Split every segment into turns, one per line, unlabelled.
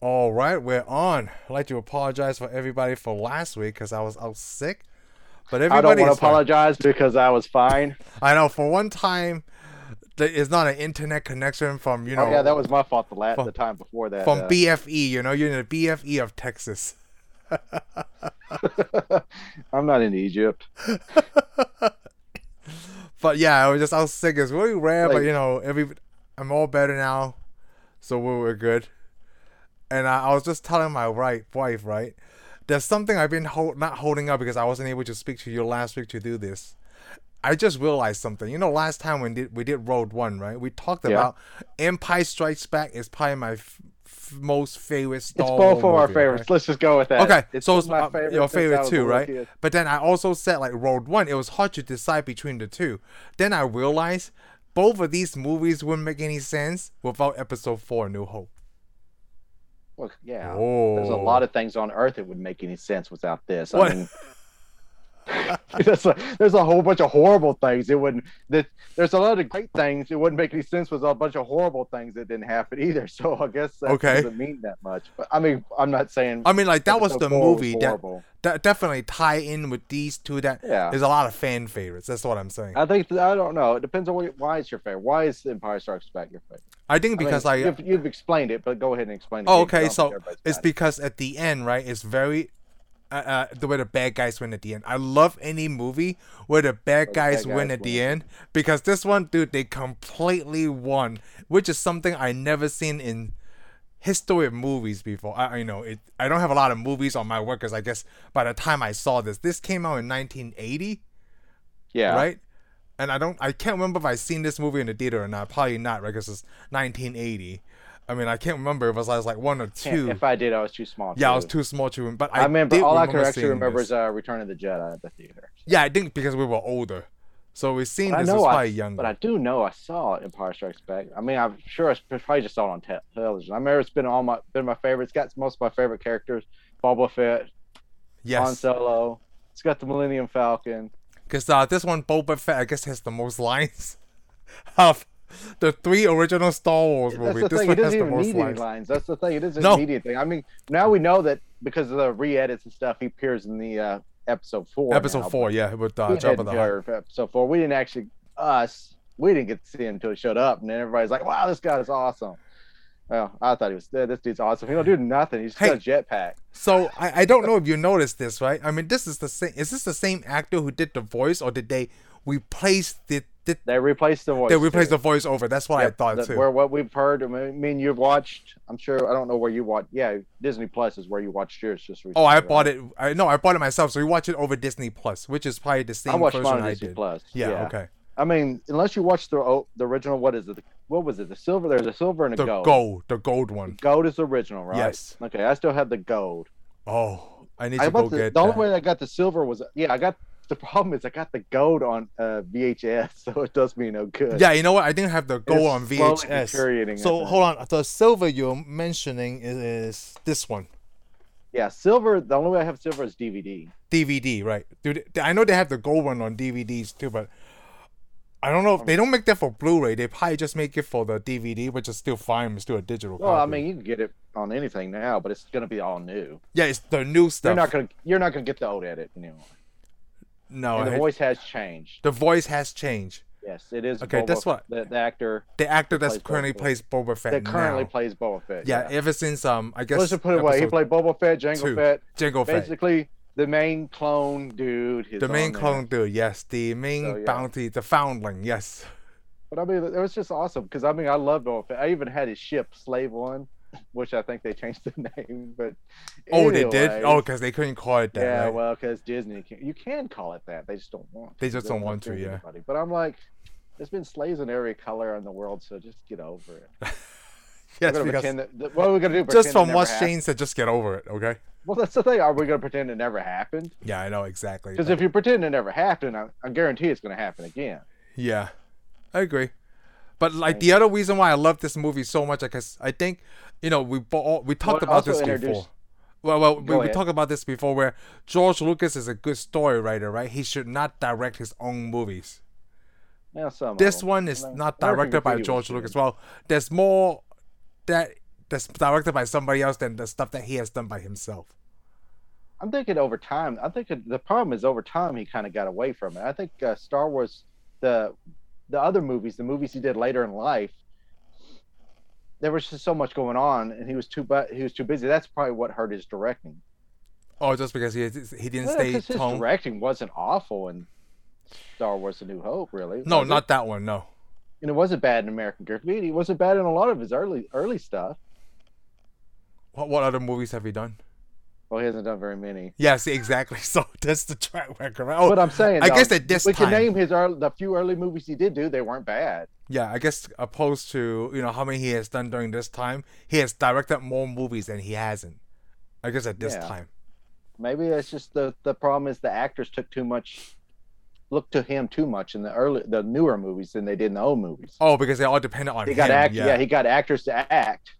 All right, we're on. I'd like to apologize for everybody for last week because I was out sick. But
I don't
everybody
want to
is fine.
apologize because I was fine.
I know for one time there is not an internet connection from you know
Oh yeah, that was my fault. The la-
From-
the time before that.
from
uh,
BFE. You know, you're in the BFE of Texas.
I'm not in Egypt.
But yeah, I was just out sick. It's really rare, but
Like-
you know, every I'm all better now, so we were good. And I, I was just telling my right wife, right? There's something I've been hold, not holding up because I wasn't able to speak to you last week to do this. I just realized something. You know, last time when did, we did Road One, right? We talked
Yeah.
about Empire Strikes Back is probably my f- f- most favorite Star
It's
Wars
both of our
movie, right?
favorites. Let's just go with that.
Okay,
it's
so
been
it's my
favorite
your
since I
favorite
was a
too,
little
right?
kid.
But then I also said like Road One, it was hard to decide between the two. Then I realized both of these movies wouldn't make any sense without Episode Four, New Hope.
Well, yeah.
oh,
There's a lot of things on Earth that would make any sense without this.
What?
I mean, there's, a, there's a whole bunch of horrible things. It wouldn't. That, there's a lot of great things. It wouldn't make any sense with a bunch of horrible things that didn't happen either. So I guess that
Okay.
doesn't mean that much. But I mean, I'm not saying
I mean, like that was
episode
the
four
movie that,
horrible.
that definitely tie in with these two. That
Yeah.
there's a lot of fan favorites. That's what I'm saying. I,
I think I don't know. It depends on what, why it's your favorite. Why is Empire Strikes Back your favorite?
think
I mean,
because I uh,
you've, you've explained it, but go ahead and explain. it
Oh,
again, 'cause I
okay.
don't think
So
everybody's
it's
got it.
because at the end, right? It's very uh, uh, the way the bad guys win at the end. I love any movie where the bad
the bad
guys win
guys
at the end because this one, dude, they completely won, which is something I never seen in history of movies before. I, I know it. I don't have a lot of movies on my work because I guess by the time I saw this, this came out in 1980,
yeah,
right? And I don't, I can't remember if I seen this movie in the theater or not. Probably not, right? Because it's 1980. I mean, I can't remember if it was like one or
Can't-
two.
If I did, I was too small.
Yeah, I
too.
was too small to remember. But I,
I remember
did
all I
remember
can actually
seeing
remember
this.
is uh, Return of the Jedi at the theater.
yeah, I think because we were older, so we seen
But I
this
know
was
I,
probably younger.
but I do know I saw Empire Strikes Back. I mean, I'm sure I probably just saw it on te- television. I remember it's been all my been my favorite. It's got most of my favorite characters: Boba Fett, Han
yes,
Solo. It's got the Millennium Falcon.
because uh, this one Boba Fett I guess has the most lines of the three original Star Wars
That's
movies.
the
This
thing. It
one has
doesn't
the
even
most
need any
lines.
lines. That's the thing. It doesn't
No.
need anything. I mean, now we know that because of the re-edits and stuff, he appears in the uh, episode four.
Episode
now, but
four, yeah, with uh,
we
Jabba
didn't-
the Hutt.
or Episode four. We didn't actually us. We didn't get to see him until he showed up, and then everybody's like, "Wow, this guy is awesome." Well, I thought he was. "Yeah, This dude's awesome. He don't do nothing. He's just
Hey.
got a jetpack.
So I, I don't know if you noticed this, right? I mean, this is the same. Is this the same actor who did the voice, or did they replace the? Did,
They replaced the voice.
they replaced
too.
the voice over? That's what I
Yep,
thought
the-
too.
Where what we've heard, I mean, me and you've watched. I'm sure. I don't know where you watched. Yeah, Disney Plus is where you watched yours just recently.
Oh, I
right?
bought it. I no, I bought it myself. So you watch it over Disney Plus, which is probably the same
I watched
version
mine on
I
Disney
did.
Plus.
Yeah, okay.
I mean, unless you watch the o- the original, what is it? The, what was it? The silver. There's a silver and a
The
gold.
gold, the gold one.
Gold is the original, right?
Yes.
Okay, I still have the gold.
Oh, I need
I
to go
bought the,
get
the only
that.
way I got the silver was yeah. I got the problem is I got the gold on uh, VHS, so it does me no good.
Yeah, you know what? I didn't have the
It's
gold on
slowly
VHS.
deteriorating, I
So
think.
hold on, the silver you're mentioning is, is this one
yeah, silver. The only way I have silver is DVD.
DVD, right? Dude, I know they have the gold one on DVDs too, but I don't know. if They don't make that for Blu-ray. They probably just make it for the DVD, which is still fine. It's still a digital.
Well, I
copy.
mean, you can get it on anything now, but it's gonna be all new.
yeah, it's the new
You're
stuff.
not gonna you're not gonna get the old edit anymore.
no,
and
I-
the voice has changed.
the voice has changed.
Yes, it is.
Okay,
Boba-
that's what-
the, the actor
The actor that's
plays Boba
currently
Fett.
plays Boba Fett
that currently
now.
plays Boba Fett.
yeah, ever since um, I guess
Let's just put it away. He
episode
played Boba Fett, Jango
two.
Fett.
Jango Fett,
Basically, the main clone dude. is
the main
on there.
clone dude. Yes, the main
So, yeah.
bounty, the foundling. Yes.
But I mean, it was just awesome because I mean, I loved Boba Fett. I even had his ship, Slave One, which I think they changed the name. But
Oh, they did.
anyways,
Oh, because they couldn't call it that.
yeah,
right?
well, because Disney, can, you can call it that. They just don't want.
They just don't want to,
offend
yeah.
anybody. But I'm like, there's been slaves in every color in the world, so just get over it.
yes,
we're gonna
because
pretend that, that- what are we gonna do?
just
pretend it
from
never
what
happened?
Shane said, just get over it. Okay.
Well, that's the thing. Are we gonna pretend it never happened?
Yeah, I know exactly.
Because
but-
if you pretend it never happened, I, I guarantee it's gonna happen again.
Yeah, I agree. But like the other reason why I love this movie so much, because I think, you know, we bo- we talked
Well,
about
also
this before.
introduced-
Well, well, we,
Go
we
ahead.
talked about this before, where George Lucas is a good story writer, right? He should not direct his own movies.
Now, some of
This
them.
one is
Like,
not
American
directed by
Graffiti was
George
good.
Lucas. Well, there's more that that's directed by somebody else than the stuff that he has done by himself.
I'm thinking over time. I think the problem is over time he kind of got away from it. I think uh, Star Wars, the the other movies, the movies he did later in life, there was just so much going on, and he was too bu- he was too busy. That's probably what hurt his directing.
Oh, just because he he didn't
Well,
stay
'cause his
tone.
directing wasn't awful in Star Wars: A New Hope, really.
No,
was it?
not that one. No.
and it wasn't bad in American Graffiti. It wasn't bad in a lot of his early early stuff.
What what other movies have you done?
Well, he hasn't done very many.
Yes, exactly. So that's the track record. right? Oh,
But I'm saying,
I guess
though,
at this
we
time-
can name his early, the few early movies he did do. They weren't bad.
yeah. I guess opposed to you know how many he has done during this time, he has directed more movies than he hasn't. I guess at this
Yeah.
time.
Maybe it's just the the problem is the actors took too much, looked to him too much in the early the newer movies than they did in the old movies.
Oh, because they all depended on
he
him.
got act yeah.
yeah.
he got actors to act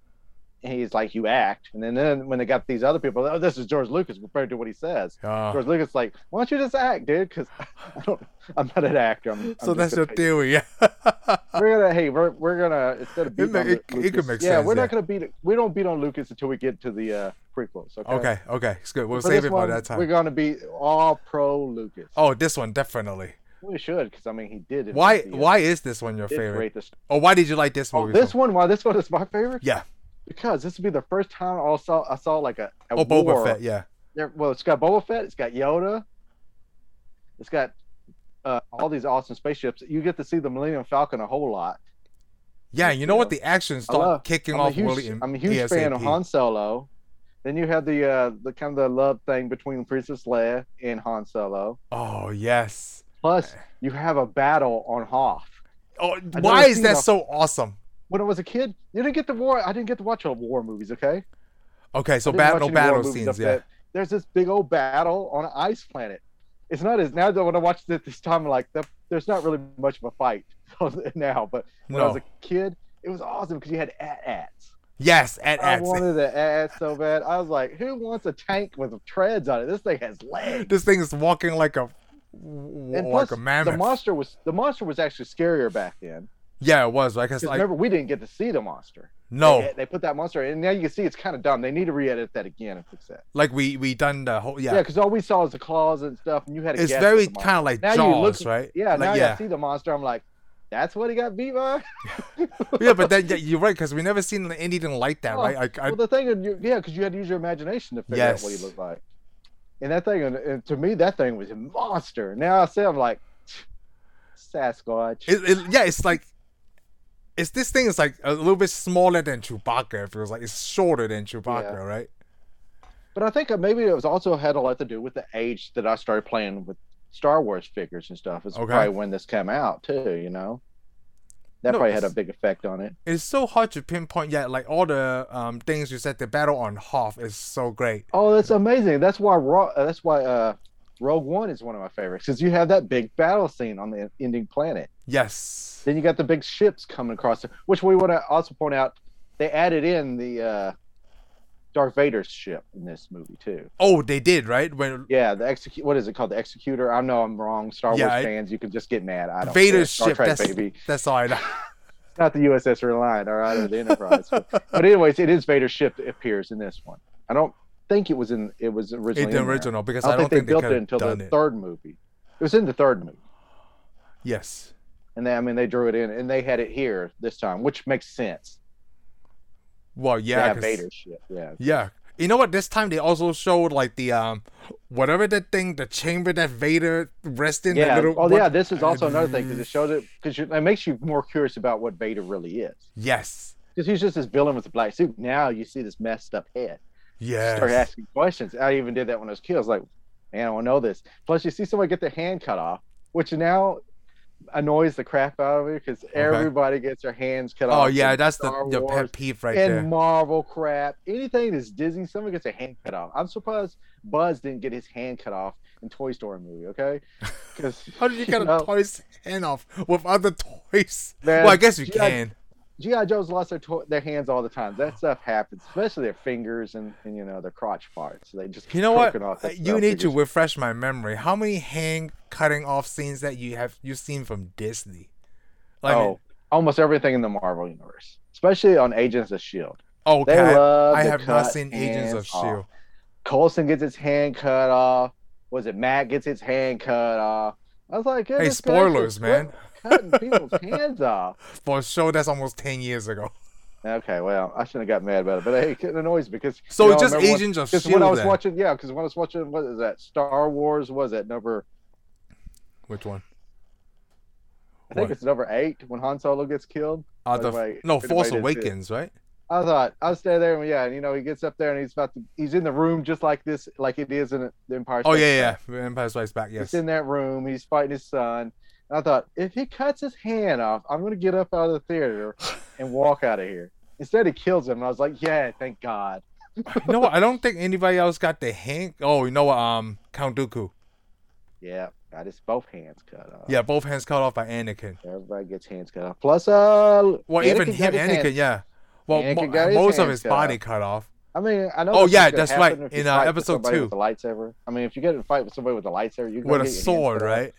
and he's like you act and then, then when they got these other people oh this is george lucas compared to what he says
Ah.
george lucas like why don't you just act dude because i don't i'm not an actor I'm,
so
I'm
that's
just
your
a-
theory, yeah.
we're gonna hey we're, we're gonna instead of
It
beating
ma-
on
it-
Lu-
it could
Lucas-
make
yeah
sense,
we're
yeah.
not gonna beat it we don't beat on lucas until we get to the uh prequels okay
okay, okay, it's good. We'll
For
save
this
it
one,
for that
we're
time.
gonna be all pro lucas
Oh, this one definitely.
we should because i mean he did invent
Why?
the, uh,
Why is this one your
did
favorite?
create this
Or why did you like this
oh,
movie?
this
so-
one why this one is my favorite
Yeah.
because this would be the first time I saw I saw like a, a
Oh, Boba
war.
Fett. Yeah.
There- well, it's got Boba Fett, it's got Yoda, it's got uh, all these awesome spaceships. You get to see the Millennium Falcon a whole lot.
Yeah. You know what?
Yeah.
The action
I
start
love-
kicking
I'm a
off
huge,
really. in
I'm a huge fan of
ASAP.
Han Solo. Then you have the uh, the kind of the love thing between Princess Leia and Han Solo.
Oh yes.
Plus, you have a battle on Hoth.
Oh,
never
why is
seen
that
a-
so awesome?
When I was a kid, you didn't get the war. I didn't get to watch all war movies. Okay,
Okay, so
I didn't
battle,
watch
no
any war
battle
movies
scenes.
up
Yeah.
there. There's this big old battle on an ice planet. It's not as now that when I watched it this time, like the, there's not really much of a fight now. But when I
No.
was a kid, it was awesome because you had at-ats.
Yes, at
I
at.
wanted an at-at so bad. I was like, who wants a tank with treads on it? This thing has legs.
This thing is walking like a w-
And
like
plus,
a mammoth.
the monster was the monster was actually scarier back then.
yeah, it was. Like, it's
'Cause
like
remember, we didn't get to see the monster.
no,
They, they put that monster, in, and now you can see it's kind of dumb. They need to re-edit that again and fix that.
like we we done the whole yeah.
Yeah, because all we saw was the claws and stuff, and you had. To
it's
guess
very
what the monster-
kind of like
Now you look-
Jaws, right?
Yeah, now
like,
I
yeah,
see the monster. I'm like, that's what he got beat by.
yeah. But then yeah, you're right because we never seen anything like that,
Oh,
right? Like, I,
well, the thing, is, you, yeah, because you had to use your imagination to figure out what he
Yes.
looked like. And that thing, and, and to me, that thing was a monster. Now I see, I'm like, Sasquatch.
it, it, yeah, it's like. It's this thing is like a little bit smaller than Chewbacca. It feels like it's shorter than Chewbacca, right?
but I think uh, maybe it was also had a lot to do with the age that I started playing with Star Wars figures and stuff. It's
Okay.
probably when this came out too. You know, that
No,
probably had a
it's-
big effect on it.
It's so hard to pinpoint. Yeah, like all the um things you said. The battle on Hoth is so great.
Oh, that's amazing. That's why Ro- uh, that's why uh, Rogue One is one of my favorites because you have that big battle scene on the e, ending planet.
Yes.
Then you got the big ships coming across, it, which we want to also point out they added in the uh, Darth Vader's ship in this movie too.
Oh, they did right when
Yeah, the execute. What is it called? The Executor. I know I'm wrong. Star
Yeah,
Wars
I-
fans, you can just get mad. I don't care.
Vader's
Star
ship.
Trek,
that's,
baby.
that's all I know.
It's not the USS Reliant, all right, or the Enterprise. but, but anyways, it is Vader's ship that appears in this one. I don't think it was in. It was originally
It's the
in there.
original because
I don't, think they built
could
it until the
done it.
third movie. It was in the third movie,
Yes.
and they, I mean they drew it in, and they had it here this time, which makes sense.
Well,
Yeah,
yeah.
have
'cause-
Vader shit. Yeah,
Yeah. You know what? This time they also showed like the um, whatever that thing, the chamber that Vader rests in.
yeah.
The little,
oh
what-
yeah, this is also another thing because it shows it because it makes you more curious about what Vader really is
Yes.
because he's just this villain with a black suit. Now you see this messed up head. You Start
Yes.
asking questions. I even did that when I was a kid. I was like, man, I want to know this. Plus, you see someone get their hand cut off, which now annoys the crap out of me because everybody gets their hands cut off.
Oh yeah,
in
that's the
Star
your
Wars
pet peeve right
and
there.
Marvel crap, anything that's Disney, someone gets a hand cut off. I'm surprised Buzz didn't get his hand cut off in Toy Story movie. Okay, because
How did you get a
know,
toy's hand off with other toys?
Man,
well, I guess you
yeah,
can.
GI Joes lost their to- their hands all the time. That stuff happens, especially their fingers and, and you know their crotch parts. They just
You know what?
choking off
Uh,
that
You
stuff
need to
because-
refresh my memory. How many hand cutting off scenes that you have you seen from Disney? Like, Oh,
oh, almost everything in the Marvel universe, especially on Agents of Shield.
Okay,
They love
I
to
have not
cut
seen Agents of
hands off.
Shield.
Colson gets his hand cut off. Was it Matt gets his hand cut off? I was like, yeah,
Hey,
this guy's
spoilers,
just
man.
Cutting people's hands off.
For a show that's almost ten years ago.
Okay, well, I shouldn't have got mad about it, but hey, it annoys me because
So
you know,
it's
I
just
remember when-
Agents of
Because
Shield.
when I was
E then.
watching, yeah, because when I was watching, what is that? Star Wars was it number?
Which one?
I think
What?
it's number eight when Han Solo gets killed.
Uh, the,
Wait,
no,
wait,
Force
wait, it's-
Awakens, right?
I thought I'll stay there, and yeah, and you know he gets up there and he's about to, he's in the room just like this, like it is in the Empire.
Oh
Strikes
yeah,
Back.
yeah. yeah. Empire Strikes Back. Yes.
He's in that room. He's fighting his son. And I thought if he cuts his hand off, I'm gonna get up out of the theater and walk out of here. Instead, he kills him, and I was like, yeah, thank God.
you know what? I don't think anybody else got the hand. Oh, you know what? Um, Count Dooku.
Uh. Yeah, got his both hands cut off.
Yeah, both hands cut off by Anakin.
Everybody gets hands cut off. Plus, uh,
Well, even him,
Anakin got his hands
Anakin. Yeah. Well,
Anakin
mo-
got his
most of
hands
his
cut
body
off.
cut off.
I mean, I know.
Oh,
that's
yeah,
what's gonna
that's right.
happen if you
In, uh,
fight with
episode
somebody
two.
with a lightsaber. I mean, if you get in a fight with somebody with a lightsaber, you
with a sword, right?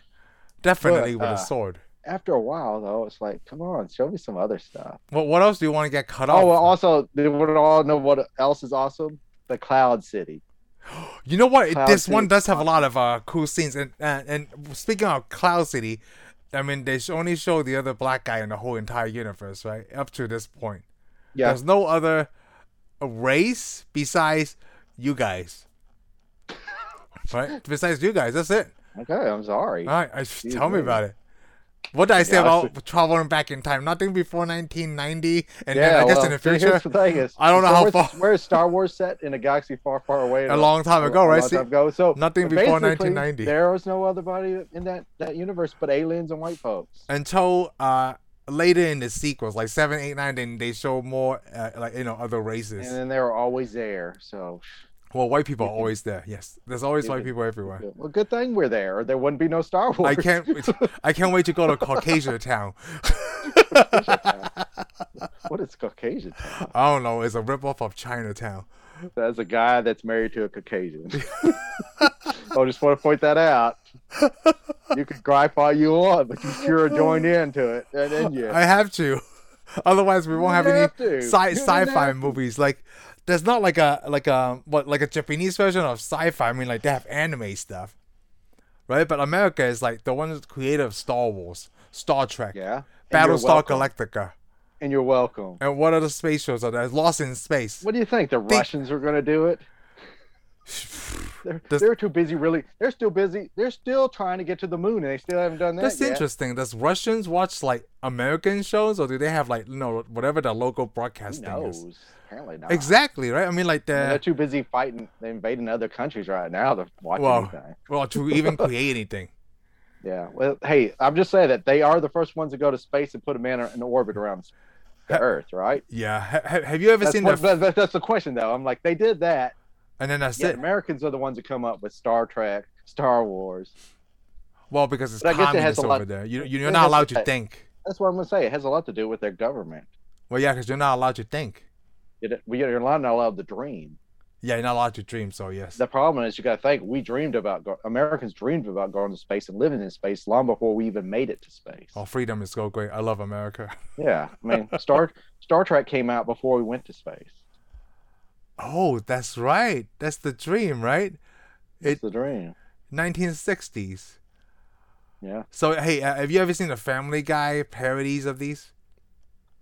Definitely with
uh,
a sword.
After a while, though, it's like, come on, show me some other stuff.
What what else do you want to get cut
Oh,
off?
well, also, do we all know what else is awesome? The Cloud City.
you know what? It-
Cloud
this
City
one
is
does have a lot of uh, cool scenes. And, and and speaking of Cloud City, I mean they sh- only show the other black guy in the whole entire universe, right? Up to this point,
Yeah,
there's no other race besides you guys, right? Besides you guys, that's it.
okay, I'm sorry.
All right, I,
Jeez,
tell me
man.
about it. What did I say
Yeah, I
about traveling back in time? Nothing before 1990, and
yeah,
then I guess
well,
in the
see,
future.
Here's the thing is,
I don't know
Star
how
Wars-
far-
Where is Star Wars set in a galaxy far, far away?
a long time ago,
a
right?
long
See,
time ago. So
nothing before
basically,
1990.
There was no other body in that, that universe but aliens and white folks.
until uh, later in the sequels, like seven, eight, nine, then they show more uh, like you know other races.
And then they were always there. So
well, white people are
you can-
always there. Yes, there's always
you
white
can-
people everywhere.
well, good thing we're there, or there wouldn't be no Star Wars.
I can't, I can't wait to go to Caucasia Town.
what is Caucasian? town?
I don't know. It's a ripoff of Chinatown.
That's a guy that's married to a Caucasian. I just want to point that out. You can gripe all you want, but you sure join in to it, and then you.
I have to. Otherwise, we won't have
You
any
have to.
sci
You don't
sci-fi
have to.
movies. Like, there's not like a like a what like a Japanese version of sci-fi. I mean, like they have anime stuff, right? But America is like the one that's creative of Star Wars, Star Trek,
yeah. And you're
Battlestar
welcome.
Galactica,
And you're welcome.
and what other space shows are there? Lost in Space.
What do you think? The
Think-
Russians are going to do it? They're,
Does-
they're too busy, really. They're still busy. They're still trying to get to the moon, and they still haven't done that
That's
yet.
interesting. Does Russians watch like American shows, or do they have like you know whatever the local
Who
broadcasting is?
knows? Apparently not.
Exactly right. I mean, like
I mean,
the
they're too busy fighting, they're invading other countries right now to watch
Well.
anything.
well to even create anything.
Yeah. Well, hey, I'm just saying that they are the first ones to go to space and put a man in orbit around the Earth, right?
Yeah. Ha- ha- have you ever
That's,
seen
what,
the? f-
that- that- that's the question, though. I'm like, they did that.
and then that's
Yet
it.
Americans are the ones that come up with Star Trek, Star Wars.
Well, because it's
But I guess it
communist
has a
over
lot-
there. You, you- you're
it
not
has
allowed to
effect.
think.
That's what I'm gonna say. It has a lot to do with their government.
Well, yeah, because you're not allowed to think.
It, we- you're not allowed to dream.
Yeah, you're not allowed to dream. So yes.
The problem is, you got to think we dreamed about go- Americans dreamed about going to space and living in space long before we even made it to space.
Oh, freedom is so great. I love America.
Yeah, I mean, Star Star Trek came out before we went to space.
Oh, that's right. That's the dream, right?
It's
It-
the dream.
1960s.
Yeah,
So hey, uh, have you ever seen the Family Guy parodies of these?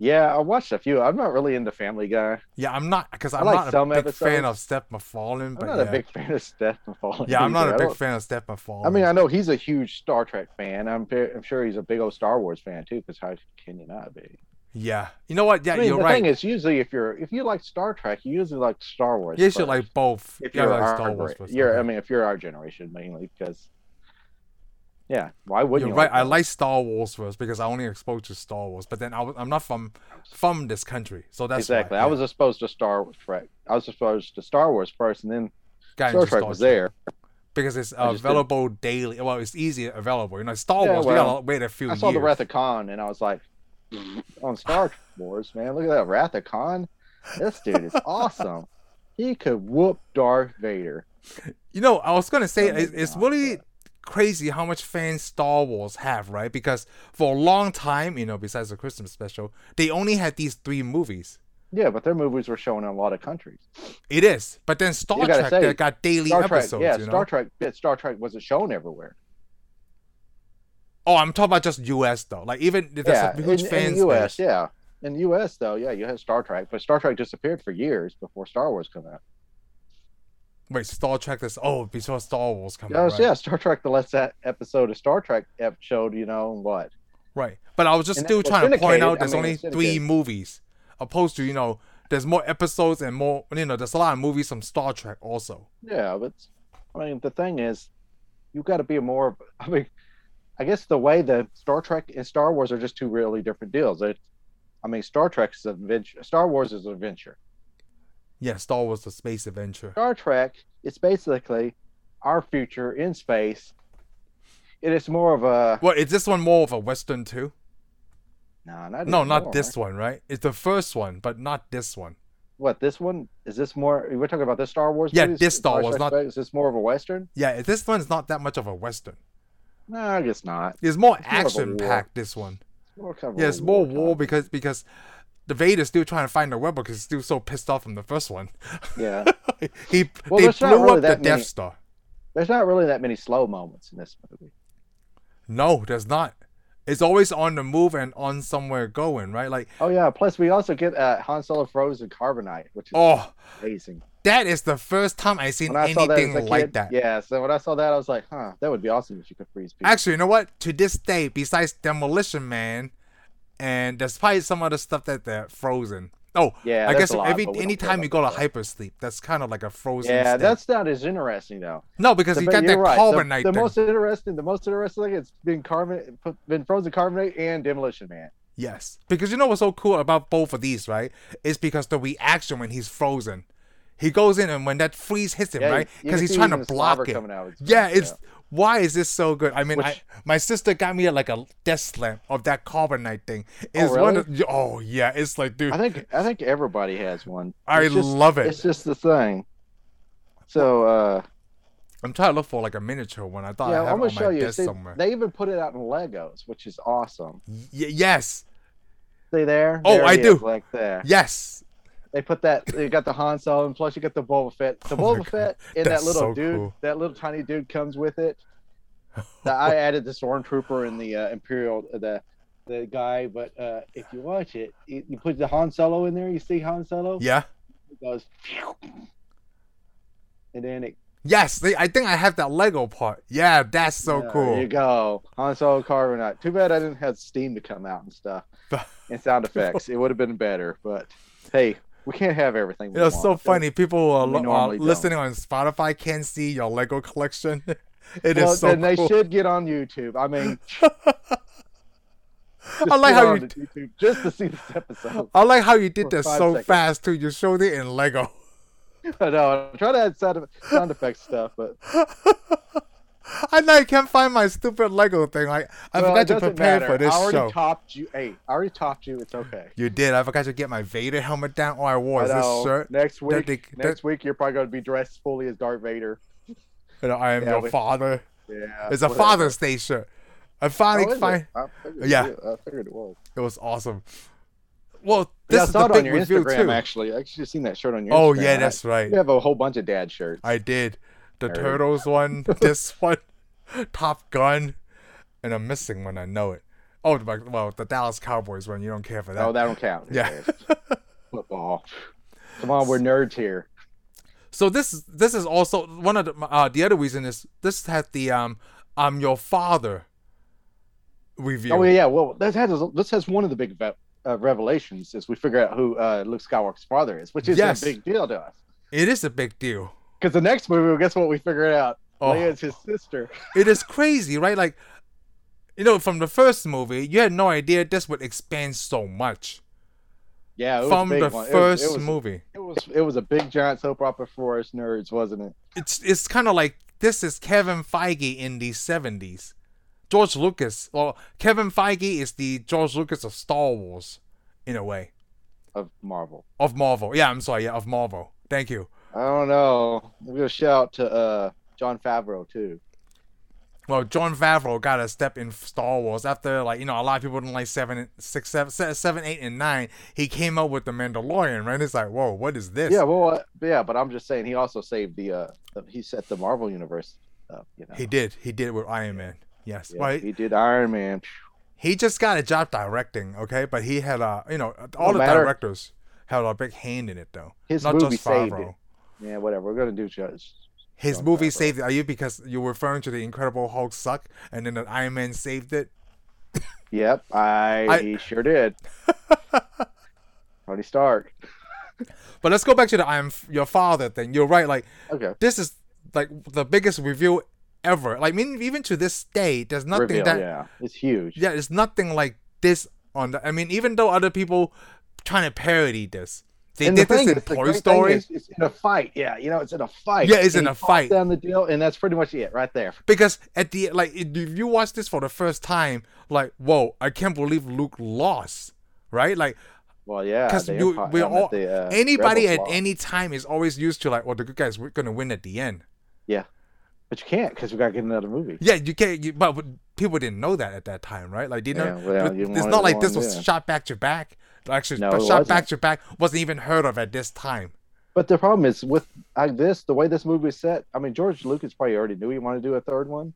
yeah. I watched a few. I'm not really into Family Guy.
Yeah, I'm not because
I
I'm
like
not a
some
big fan
episodes.
of Stephen McFarlane.
I'm
But
not
yeah.
a big fan of Stephen Fallon.
yeah, I'm not
either.
a
I
big
don't-
fan of Stephen McFarlane.
I mean, I know he's a huge Star Trek fan. I'm fair- I'm sure he's a big old Star Wars fan too. Because how can you not be?
yeah, you know what? Yeah,
I mean,
you're
the
right.
thing is, usually if you're if you like Star Trek, you usually like Star Wars.
you should
first.
like both.
if
Yeah,
you're
like
our,
Star Wars.
gra-
first.
you're I
Okay.
mean, if you're our generation mainly, because yeah, why wouldn't
You're
you?
right. I
that?
like Star Wars first because I only exposed to Star Wars. But then I was, I'm not from from this country, so that's why,
exactly.
yeah.
I was exposed to Star Trek. I was exposed to Star Wars first, and then
Got
Star
into
Trek was there.
because it's
I just didn't-
available daily. Well, it's easy available. You know, Star
Yeah,
Wars. we
well,
gotta wait a few
I saw the
years.
Wrath of Khan, and I was like, on Star Wars, man, look at that Wrath of Khan. This dude is awesome. He could whoop Darth Vader.
you know, I was gonna say
Yeah,
it's,
maybe
it's
not,
really crazy how much fans Star Wars have, right? Because for a long time, you know, besides the Christmas special, they only had these three movies.
Yeah, but their movies were shown in a lot of countries.
It is, but then Star
You gotta
Trek
say,
they got daily
Star Trek,
episodes.
yeah,
you know?
Star Trek, yeah, Star Trek wasn't shown everywhere.
Oh, I'm talking about just U.S. though. Like even there's
yeah,
a huge
in,
fan
in the U.S.
space.
Yeah, in the U.S. though, yeah, you had Star Trek, but Star Trek disappeared for years before Star Wars came out.
Wait, Star Trek is oh before Star Wars come
Yeah,
out. Right?
yeah, Star Trek. The last e- episode of Star Trek ep- showed, you know, what?
right. But I was just
And
still
that was
trying to point
syndicated.
out
I
there's
mean,
only
it's
three
syndicated.
movies, opposed to you know there's more episodes and more you know there's a lot of movies from Star Trek also.
Yeah, but I mean, the thing is, you got to be more. of- I mean, I guess the way the Star Trek and Star Wars are just two really different deals. It, I mean, Star Trek's an adventure. Star Wars is an adventure.
Yeah, Star Wars: The Space Adventure.
Star Trek is basically our future in space. It is more of a
Well, is this one more of a western too?
no, not
No,
even
not
more.
this one, right? It's the first one, but not this one.
What this one is this more? We're talking about this Star Wars.
Yeah,
movie?
this Star Wars,
Trek
not-
space? Is this more of a western?
Yeah, this one's not that much of a western.
No, I guess not.
It's more
It's more of a war.
action packed. This one.
It's more kind of
Yeah,
a
it's more war
kind
because because the Vader's still trying to find the Webber because he's still so pissed off from the first one.
of- Yeah,
he
Well,
they
there's not
blew
really
up the
that many-
Death Star.
there's not really that many slow moments in this movie.
No, there's not. It's always on the move and on somewhere going, right? Like,
Oh yeah. Plus, we also get uh, Han Solo frozen carbonite, which is
oh,
amazing.
that is the first time I seen
When I saw that as
anything
a
like
kid-
that.
Yeah. So when I saw that, I was like, huh, that would be awesome if you could freeze people.
Actually, you know what? To this day, besides Demolition Man, and despite some other stuff that they're frozen. Oh,
Yeah,
I
that's
guess
a lot,
every
but we don't care
anytime
about
you go to
that.
hypersleep, that's kind of like a frozen.
yeah,
state.
that's not as interesting though.
no because
The-
you got
you're
that
right.
carbonite
The, the
thing.
most interesting, the most interesting thing, it's been carbon, been frozen carbonate and demolition man.
Yes, because you know what's so cool about both of these, right? Is because the reaction when he's frozen, he goes in and when that freeze hits him,
Yeah,
right?
you
Because
can
he's
see
trying to
even the
block
slobber
it.
coming out of his
Yeah,
mouth,
it's why is this so good? I mean, I
Which-
my sister got me like a death slam of that carbonite thing. It's one. Of, oh yeah, it's like dude,
I think I think everybody has one.
I
It's just-
love it.
It's just the thing. So uh,
I'm trying to look for like a miniature one. I thought
yeah,
I
I'm
had
gonna
it on
show
my
you.
desk
See,
somewhere.
they even put it out in Legos, which is awesome.
Y- yes,
See there?
Oh,
There
I
it
do.
is, Like there.
yes,
They put that. They got the Han Solo, and plus you got the Boba Fett. The
Oh my
Boba
God,
Fett and
that's
that little
so
dude,
cool.
that little tiny dude, comes with it. That I added the stormtrooper and the uh, Imperial, the the guy. But uh, if you watch it, you, you put the Han Solo in there. You see Han Solo.
yeah,
It goes. phew, And then it
yes. They, I think I have that Lego part. Yeah, that's so
There
cool.
you go. Han Solo Carbonite. Too bad I didn't have steam to come out and stuff and sound effects. It would have been better, but hey, we can't have everything. we
It's so
want.
funny. People who are,
we
lo- are
normally don't.
listening on Spotify can't see your Lego collection. It is
Well,
so
then
cool.
they should get on YouTube. I mean, just
I like
get
how
on
you.
to YouTube just to see this episode.
I like how you did
for
this
five
so
seconds.
fast too. You showed it in Lego.
I know. I try to add sound, sound effects stuff, but
I know I can't find my stupid Lego thing. I I
well,
forgot
it
to
doesn't
prepare
matter.
for this
I already
show.
topped you. Hey, I already topped you. It's okay.
you did. I forgot to get my Vader helmet down. All I wore
I
is this
know.
shirt.
Next
Don't
week,
think-
next week you're probably going to be dressed fully as Darth Vader.
And I am
Yeah,
your
we-
father.
Yeah,
It's a
whatever.
Father's Day shirt. I finally
Oh, is it?
find
I figured
Yeah.
it- I figured it was.
it was awesome. Well, this
yeah, I
is
saw
the
it on
big
your
review
Instagram
too.
actually. I actually seen that shirt on your
Oh
Instagram.
yeah, that's right.
You have a whole bunch of dad shirts.
I did. The
Nerd.
Turtles one, this one, Top Gun, and I'm missing one. I know it. Oh, the- well, the Dallas Cowboys one. You don't care for that.
Oh, that don't count. Who
Yeah.
cares? Football. Come on, we're nerds here.
so this is- this is also one of the uh, the other reason is this had the um I'm your father review.
Oh yeah, well this has this has one of the big ve- uh, revelations is we figure out who uh, Luke Skywalker's father is, which is
Yes.
a big deal to us.
It is a big deal.
Because the next movie, well, guess what? We figured out
Oh.
Leia's his sister.
it is crazy, right? Like, you know, from the first movie, you had no idea this would expand so much
Yeah, it was a
from
big
the
one. It was-
first
it was-
movie.
It was it was a big giant soap opera for us nerds, wasn't it?
it's it's kind of like this is Kevin Feige in the seventies. George Lucas, well, Kevin Feige is the George Lucas of Star Wars, in a way,
Of Marvel.
of Marvel. Yeah, I'm sorry, yeah, of Marvel. Thank you.
I don't know. I'm gonna shout to uh, John Favreau too.
well, John Favreau got a step in Star Wars after like you know a lot of people didn't like seven, six, seven, se- seven, eight, and nine. He came out with the Mandalorian, right? It's like, whoa, what is this?
Yeah, well, uh, yeah, but I'm just saying he also saved the. uh the, He set the Marvel universe up. You know,
He did. He did it with Iron Man. Yes.
Yeah,
well, he,
he did Iron Man. Phew.
he just got a job directing, okay? But he had a you know all
No
the
matter-
directors had a big hand in it though.
His
Not
movie
just
saved
Favreau.
it. Yeah, whatever. We're gonna do judge.
His
John
movie
Favreau.
saved it. Are you because you were referring to the Incredible Hulk suck, and then the Iron Man saved it?
Yep, I,
I-
sure did. Tony Stark.
But let's go back to the I'm f- your father thing. You're right. Like
Okay.
this is like the biggest review ever. Like I mean, even to this day, there's nothing
Reveal,
that
yeah, it's huge.
yeah, there's nothing like this on the. I mean, even though other people trying to parody this, they
and
did
the
this
thing
in
is, the
Toy
great thing
Story.
is, it's in a fight. Yeah, you know, it's in a fight.
Yeah, it's in
And he
a
falls
fight.
Down the deal, and that's pretty much it right there.
Because at the like, if you watch this for the first time, like, whoa, I can't believe Luke lost, right? Like,
Well, yeah,
because
the
you,
Empire-
we're
I meant
all
the, uh,
anybody
Rebels
at
lost.
any time is always used to like, well, the good guys we're gonna win at the end.
but you can't because we gotta get another movie.
Yeah, you can't. You, but people didn't know that at that time, right? Like, they
Yeah,
know.
well,
but
you
it's
wanted
not like
one,
this was
yeah.
shot back to back. Actually,
No,
but
it
shot back to back wasn't even heard of at this time.
But the problem is with like this, the way this movie is set. I mean, George Lucas probably already knew he wanted to do a third one.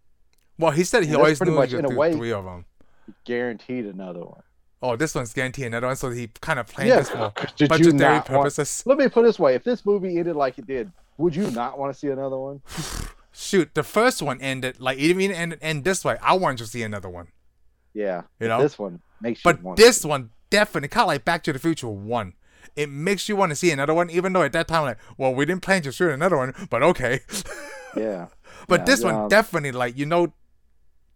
Well, he said he
That's
always
pretty
knew
much,
he
in
could
a
do
way-
three of them.
He guaranteed another one.
Oh, this one's guaranteed another one, so he kind of planned
Yeah,
this for
did you
budgetary
not want-
purposes.
Let me put it this way: if this movie ended like it did, would you not want to see another one?
shoot, the first one ended like it didn't even end, end this way. I wanted to see another one,
Yeah,
you know.
this one makes you
but
want.
this one definitely kind of like Back to the Future one. It makes you want to see another one, even though at that time like, well, we didn't plan to shoot another one, but okay.
yeah,
but
Yeah,
this
yeah.
one definitely like you know,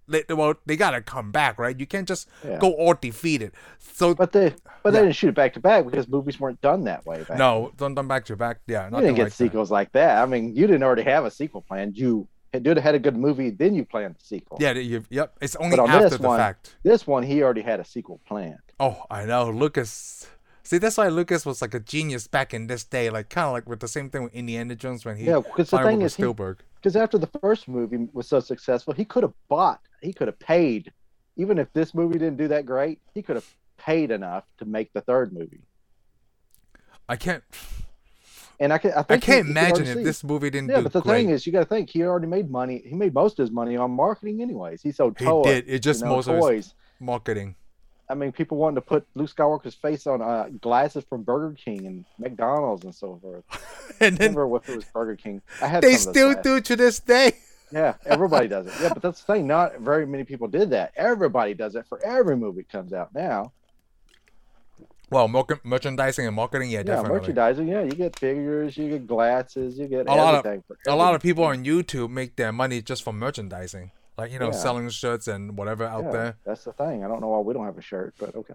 they, well they gotta come back, right? You can't just
yeah.
go all defeated. So
But they,
Yeah.
but they didn't shoot it back to back because movies weren't done that way. Back.
no, don't done back to back. Yeah,
you didn't
nothing
get
like that.
sequels like that. I mean, you didn't already have a sequel planned. You had, did had a good movie, then you planned the sequel.
Yeah, you, yep. It's only
But on
after
this
the
one-
fact.
This one, he already had a sequel planned.
Oh, I know. Lucas. See, that's why Lucas was like a genius back in this day, like kind of like with the same thing with Indiana Jones when he
Yeah, because the
signed
thing
with
is, he
Spielberg.
because after the first movie was so successful, he could have bought, he could have paid, even if this movie didn't do that great, he could have paid enough to make the third movie.
I can't,
And I can, I, think
I can't
he- he
imagine
already
if
seen-
this movie didn't
Yeah,
do
but the
great.
thing is, you got to think he already made money. He made most of his money on marketing, anyways. He sold
he
toys,
did. It just
you know,
most of his
toys.
marketing.
I mean, people wanted to put Luke Skywalker's face on uh, glasses from Burger King and McDonald's and so forth. I
and then
remember if it was Burger King. I had
they
some of those
still
glasses.
do to this day.
Yeah, everybody does it. Yeah, but that's the thing. Not very many people did that. Everybody does it for every movie that comes out now.
Well, merc- merchandising and marketing, yeah,
Yeah,
definitely.
merchandising. Yeah, you get figures, you get glasses, you get
A lot of-
everything. for
A lot
every-
of people on YouTube make their money just from merchandising, like you know,
Yeah.
selling shirts and whatever out
Yeah,
there.
That's the thing. I don't know why we don't have a shirt, but okay.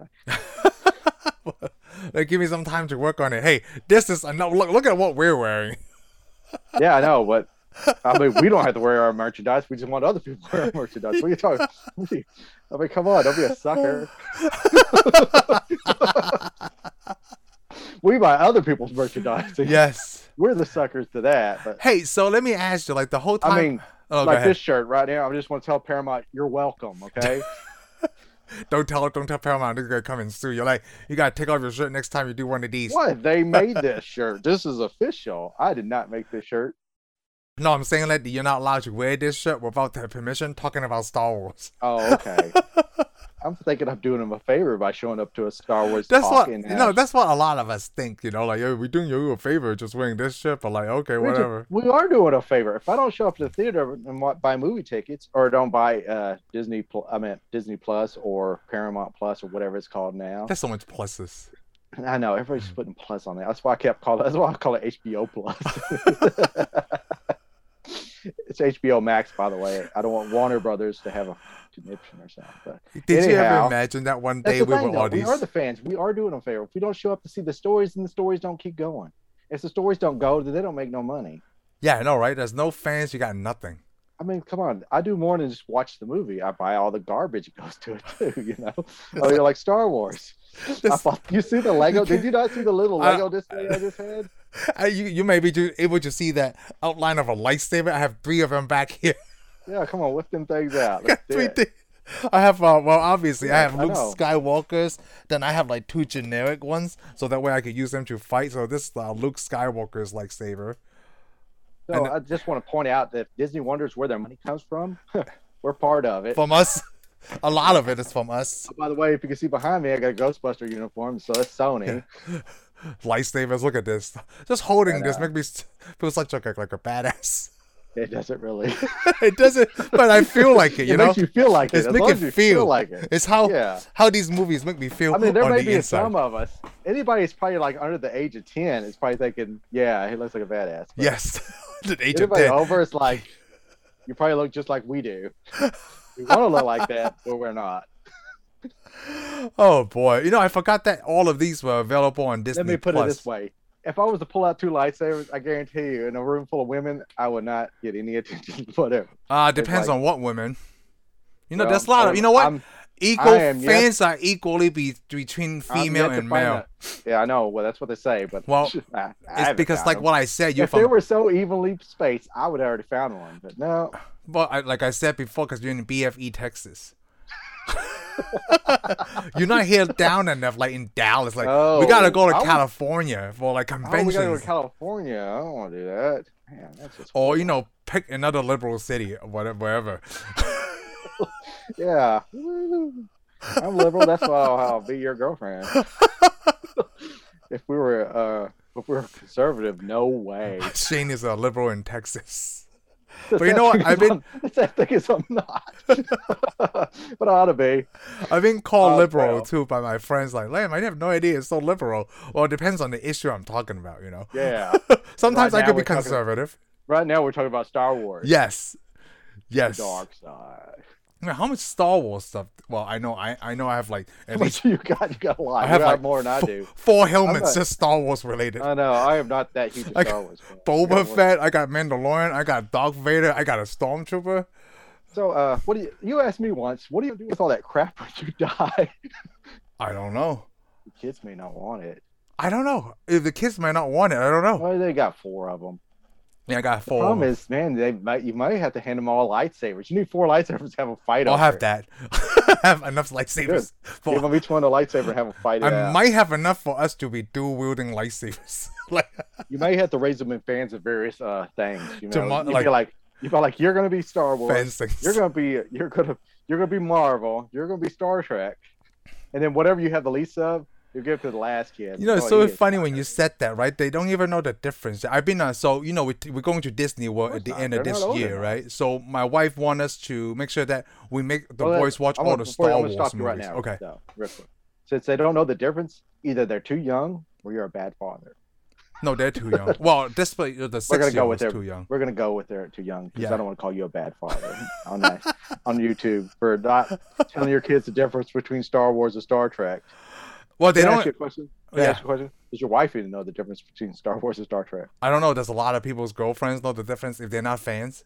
like, give me some time to work on it. Hey, this is another look. Look at what we're wearing.
Yeah, I know, but I mean, we don't have to wear our merchandise. We just want other people to wear our merchandise. What are you talking? I mean, come on, don't be a sucker. we buy other people's merchandise.
yes.
We're the suckers to that. But
Hey, so let me ask you, like the whole time.
I mean,
oh, go
like
ahead.
this shirt right now. I just want to tell Paramount, you're welcome. Okay.
Don't tell, don't tell Paramount they're gonna come and sue you. Like, you gotta take off your shirt next time you do one of these.
what? They made this shirt. This is official. I did not make this shirt.
No, I'm saying like you're not allowed to wear this shirt without their permission. Talking about Star Wars.
Oh, okay. I'm thinking I'm doing them a favor by showing up to a Star Wars
That's what
talk
you
and
know. That's what a lot of us think. You know, like, yo, we're doing you a favor just wearing this shirt, but like, okay,
We ju-
whatever.
We are doing a favor. If I don't show up to the theater and wa- buy movie tickets, or don't buy uh, Disney, Pl- I mean Disney Plus or Paramount Plus or whatever it's called now.
That's so much pluses.
I know everybody's putting Plus on there. That's why I kept calling. That's why I call it HBO Plus. it's HBO Max, by the way. I don't want Warner Brothers to have a conniption or something. But
Did you ever
Anyhow,
imagine that one
that's
day
the
we
thing,
were
though.
all
We
these?
are the fans. We are doing a favor. If we don't show up to see the stories, then the stories don't keep going. If the stories don't go, then they don't make no money.
Yeah, I know, right? There's no fans. You got nothing.
I mean, come on. I do more than just watch the movie. I buy all the garbage that goes to it too. You know, I mean, like Star Wars. I
This-
bought, you see the Lego? Did you not see the little
I-
Lego display I just had?
Uh, you you may be ju- able to see that outline of a lightsaber. I have three of them back here.
Yeah, come on, whip them things out. Let's do
Three
it.
D. I have uh, well, obviously I
Yeah,
have
I
Luke
know.
Skywalker's. Then I have like two generic ones, so that way I could use them to fight. So this uh, Luke Skywalker's lightsaber.
So
and-
I just want to point out that if Disney wonders where their money comes from, we're part of it.
from us. A lot of it is from us.
By the way, if you can see behind me, I got a Ghostbuster uniform, so that's Sony.
Lightsabers, look at this. Just holding
And,
this
uh,
makes me s- feel such like, like a badass.
It doesn't really.
it doesn't, but I feel like it. You
it
know,
makes you feel like it.
It's
as
make
long
it
as you
feel. Oh.
feel like it.
it's how
Yeah.
how these movies make me feel
I mean, there
on
may
the
be
inside.
some of us. Anybody that's probably like under the age of ten is probably thinking, "Yeah, he looks like a badass." But
yes, the age of
Anybody
ten.
over is like, "You probably look just like we do. We want to look like that, but we're not."
Oh boy, you know I forgot that all of these were available on Disney.
Let me put
Plus.
it this way: if I was to pull out two lightsabers, I guarantee you, in a room full of women, I would not get any attention. Whatever.
Uh, depends
like-
on what women. You know,
Well,
there's a lot of. You know what?
I'm-
Equal
I am yet-
fans are equally be, between
I'm
female
yet to
and
find
male.
that- Yeah, I know. Well, that's what they say, but
Well,
I- I
It's
haven't
because,
found
like
them.
what I said, you're
if they
from
were so evenly spaced, I would have already found one. But no,
Well, I, like I said before, because you're in BFE, Texas. you're not here down enough, like in Dallas. Like we gotta go to
Oh, I was-
California for like
oh, we
conventions,
gotta go to California. I don't want to do that. Man, that's just
or you know, pick another liberal city, or whatever. wherever.
yeah. Woo. I'm liberal. That's why I'll, I'll be your girlfriend. if we were, uh, if we were conservative, no way.
Shane is a liberal in Texas. But you know what? I've been
That's the thing is I'm not, but I ought to be.
I've been called
Oh,
liberal
well.
too by my friends. Like, Lam, I have no idea. It's so liberal. Well, it depends on the issue I'm talking about. You know.
Yeah.
Sometimes
Right
I
now
could be
we're talking-
conservative.
Right now we're talking about Star Wars.
Yes.
The
Yes.
dark side.
Man, how much Star Wars stuff? Well, I know, I, I know, I have like at
What
least
you got? You got a
I
lot. You
have
got
like
more than I
fo-
do.
four helmets
not-
just Star Wars related.
I know. I am not that huge a
I
Star
got
Wars fan. I
Boba
got one-
Fett, I got Mandalorian, I got Darth Vader, I got a Stormtrooper.
So, uh, what do you? You asked me once. What do you do with all that crap when you die?
I don't know.
the kids may not want it.
I don't know. If the kids might not want it, I don't know.
Well, they got four of them.
Yeah, I got four.
Problem is, man, they might. You might have to hand them all lightsabers. You need four lightsabers to have a fight.
I'll
over
have
it.
that. have enough lightsabers.
Give
For,
them each one a lightsaber and have a fight. It
I
out.
might have enough for us to be dual wielding lightsabers. like,
You may have to raise them in fans of various uh things. You know,
Tomo-
you'd
like-
be like, you'd be like, you're gonna be Star Wars.
fencing.
You're gonna be. You're gonna. You're gonna be Marvel. You're gonna be Star Trek. And then whatever you have the least of, you give to the last kid.
You know, it's so
Oh, he is
funny
not
when you
gonna-
said that, right? They don't even know the difference. I've been on, so you know, we we're going to Disney World
course
at the
not.
end of
They're not
this
old
year,
enough.
right? So my wife wants us to make sure that we make the
Well, that-
boys watch
I'm
all
gonna-
the
before-
Star
I'm
Wars
gonna stop you
movies.
right now.
okay,
though, real quick. Since they don't know the difference, either they're too young or you're a bad father.
no, they're too young. well, this play the
We're gonna
six
go
year old's
with their-
too young.
We're gonna go with they're too young because
Yeah.
I don't want to call you a bad father on that, on YouTube for not telling your kids the difference between Star Wars and Star Trek.
Well, they
Can I ask
don't.
you a question? Can I
Yeah,
ask you a question? Does your wife even know the difference between Star Wars and Star Trek?
I don't know. There's a lot of people's girlfriends know the difference if they're not fans.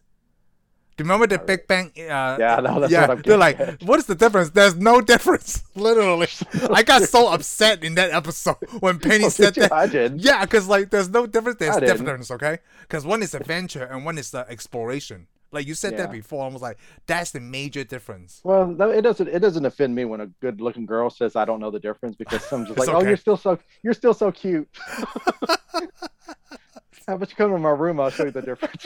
Do you remember the Big Bang? Uh,
Yeah, I know, that's
yeah.
what I'm
they're
getting
like,
at.
what is the difference? There's no difference, literally. I got so upset in that episode when Penny said that.
I Oh, did.
Yeah, because like there's no difference. There's
I didn't.
difference, okay? Because one is adventure and one is uh, exploration. Like you said
Yeah.
that before, I was like, that's the major difference.
Well, no, it doesn't. It doesn't offend me when a good-looking girl says, "I don't know the difference," because some just
It's
like, "Oh,
okay.
you're still so, you're still so cute." How about you come to my room? I'll show you the difference.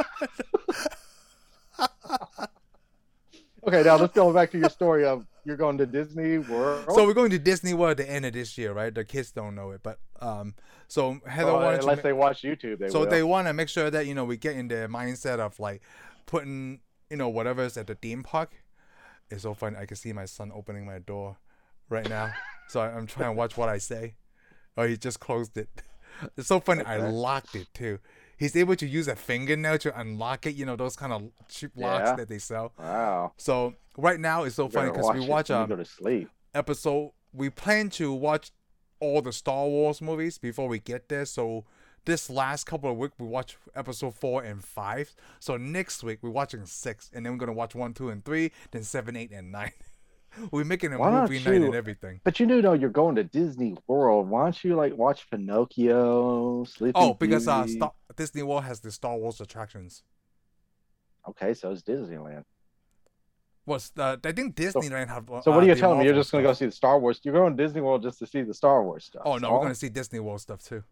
okay, now let's go back to your story of you're going to Disney World.
So we're going to Disney World at the end of this year, right? The kids don't know it, but um, so Heather
Well,
wanted to
unless
ma-
they watch YouTube, they
so
will.
they want to make sure that you know we get in the mindset of like putting you know whatever's at the theme park. It's so funny. I can see my son opening my door right now, so I, I'm trying to watch what I say. Oh, he just closed it. It's so funny. I
Okay.
locked it too. He's able to use a fingernail to unlock it. You know those kind of cheap locks
Yeah.
that they sell.
Wow.
So right now it's so
You better
funny because we
it
watch
when you
um,
go to sleep.
episode we plan to watch all the Star Wars movies before we get there. So this last couple of weeks we watch episode four and five. So next week we're watching six, and then we're gonna watch one, two, and three, then seven, eight, and nine. we're making a
Why don't
movie night
you-
and everything.
But you do know you're going to Disney World. Why don't you like watch Pinocchio, Sleeping
Oh, because uh,
Beauty?
Star- Disney World has the Star Wars attractions.
Okay, so it's Disneyland.
was the I think Disneyland have.
So what
uh,
are you
the
telling me? You're
Marvel
just gonna go
stuff.
see the Star Wars. You're going to Disney World just to see the Star Wars stuff.
Oh no,
so-
we're gonna see Disney World stuff too.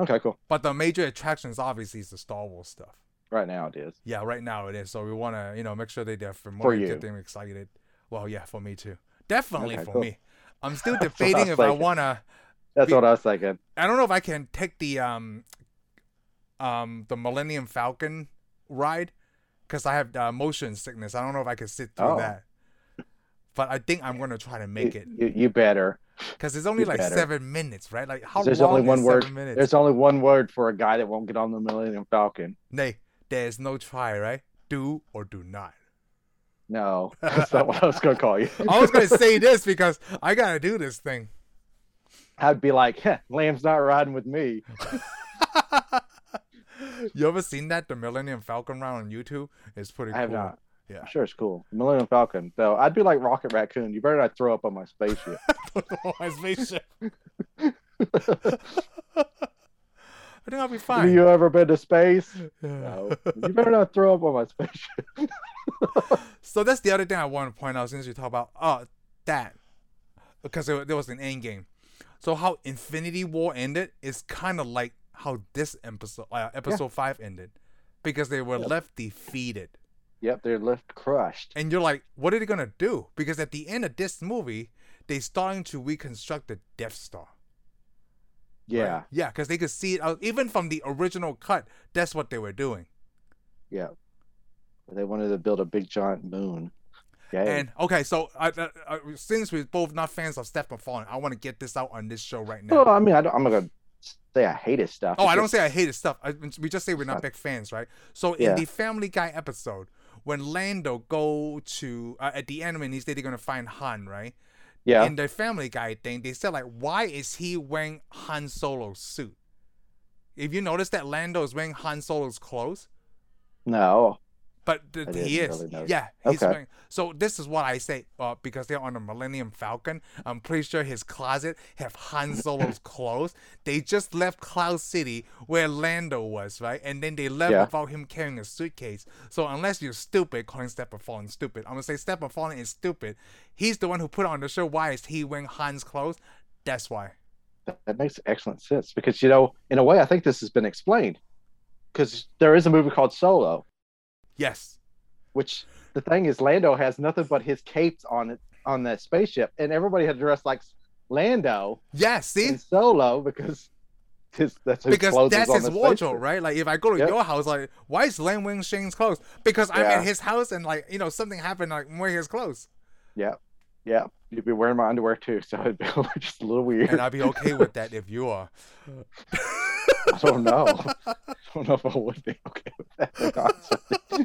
Okay, cool.
But the major attractions obviously is the Star Wars stuff.
Right now it is.
Yeah, right now it is. So we want to, you know, make sure they they're familiar,
you.
get them excited. Well, yeah, for me too. Definitely
Okay,
for
cool.
me. I'm still
That's what I
debating
was
if I
thinking.
wanna.
That's
Be-
what I was thinking.
I don't know if I can take the um, um, the Millennium Falcon ride because I have uh, motion sickness. I don't know if I can sit through
Oh.
that. But I think I'm gonna try to make
You-
it
You, you better.
because it's only
You
like
better.
seven minutes, right? Like how
There's
long
only
is
one word.
seven minutes?
There's only one word for a guy that won't get on the Millennium Falcon.
Nay, there's no try, right? Do or do not.
No, that's not what I was gonna call you.
I was gonna say this because I gotta do this thing.
I'd be like, "Heh, Lamb's not riding with me.
you ever seen that the Millennium Falcon round on YouTube? It's pretty
I have
cool.
not.
Yeah.
I'm sure it's cool. Millennium Falcon, though. I'd be like Rocket Raccoon. You better not throw up on my spaceship.
My spaceship. I think I'll be
Have
fine.
you ever been to space?
Yeah.
No. you better not throw up on my spaceship. Oh.
So that's the other thing I want to point out since you talk about uh that because there, there was an end game. So how Infinity War ended is kind of like how this episode uh, episode five ended because they were
Yeah.
left defeated.
Yep, they're left crushed.
and you're like, what are they gonna do? Because at the end of this movie, they starting to reconstruct the Death Star. right?
Yeah.
yeah, because they could see it out even from the original cut. That's what they were doing.
They wanted to build a big giant moon. Yeah.
And okay, so I, I, I, since we're both not fans of Stephen Fallen, I want to get this out on this show right now.
well, Oh, I mean, I don't, I'm not gonna say I hate his stuff.
Oh,
It's
I don't
just-
say I hate his stuff. I, we just say we're not big fans, right? So in
Yeah.
the Family Guy episode, when Lando go to uh, at the end when he said they're gonna find Han, right?
Yeah.
in the Family Guy thing, they said like, why is he wearing Han Solo's suit? If you notice that Lando is wearing Han Solo's clothes,
no.
but th-
I
he
didn't
is,
really notice.
yeah, he's
Okay.
wearing. So this is what I say, uh, because they're on the Millennium Falcon. I'm pretty sure his closet have Han Solo's clothes. They just left Cloud City where Lando was, right? And then they left
Yeah.
without him carrying a suitcase. So unless you're stupid, calling Stephen Fallen stupid, I'm gonna say Stephen Fallen is stupid. He's the one who put on the show. Why is he wearing Han's clothes? That's why.
That, that makes excellent sense because you know, in a way, I think this has been explained because there is a movie called Solo,
Yes.
which the thing is, Lando has nothing but his capes on it on that spaceship, and everybody had dressed like Lando
Yes. See.
in Solo because his that's his
because
clothes was
that's
on
his
the
wardrobe,
spaceship.
right? Like if I go to
Yep.
your house, like why is Lam wearing Shane's clothes? Because I'm
Yeah.
at his house and like you know something happened, like I'm wearing his clothes,
Yeah, you'd be wearing my underwear too, so it'd be just a little weird.
and I'd be okay with that if you are.
I don't know. I don't know if I would be okay with that. or not, so-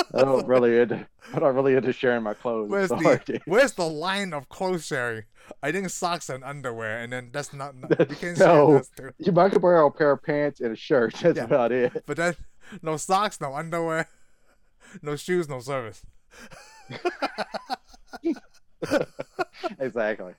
I don't really into. I'm not really into sharing my clothes.
Where's
so
the-
I can't-
Where's the line of clothes sharing? I think socks and underwear, and then that's not you can't share
No.
those two.
You might could wear a pair of pants and a shirt. That's
Yeah.
about it.
But then no socks, no underwear, no shoes, no service.
Exactly.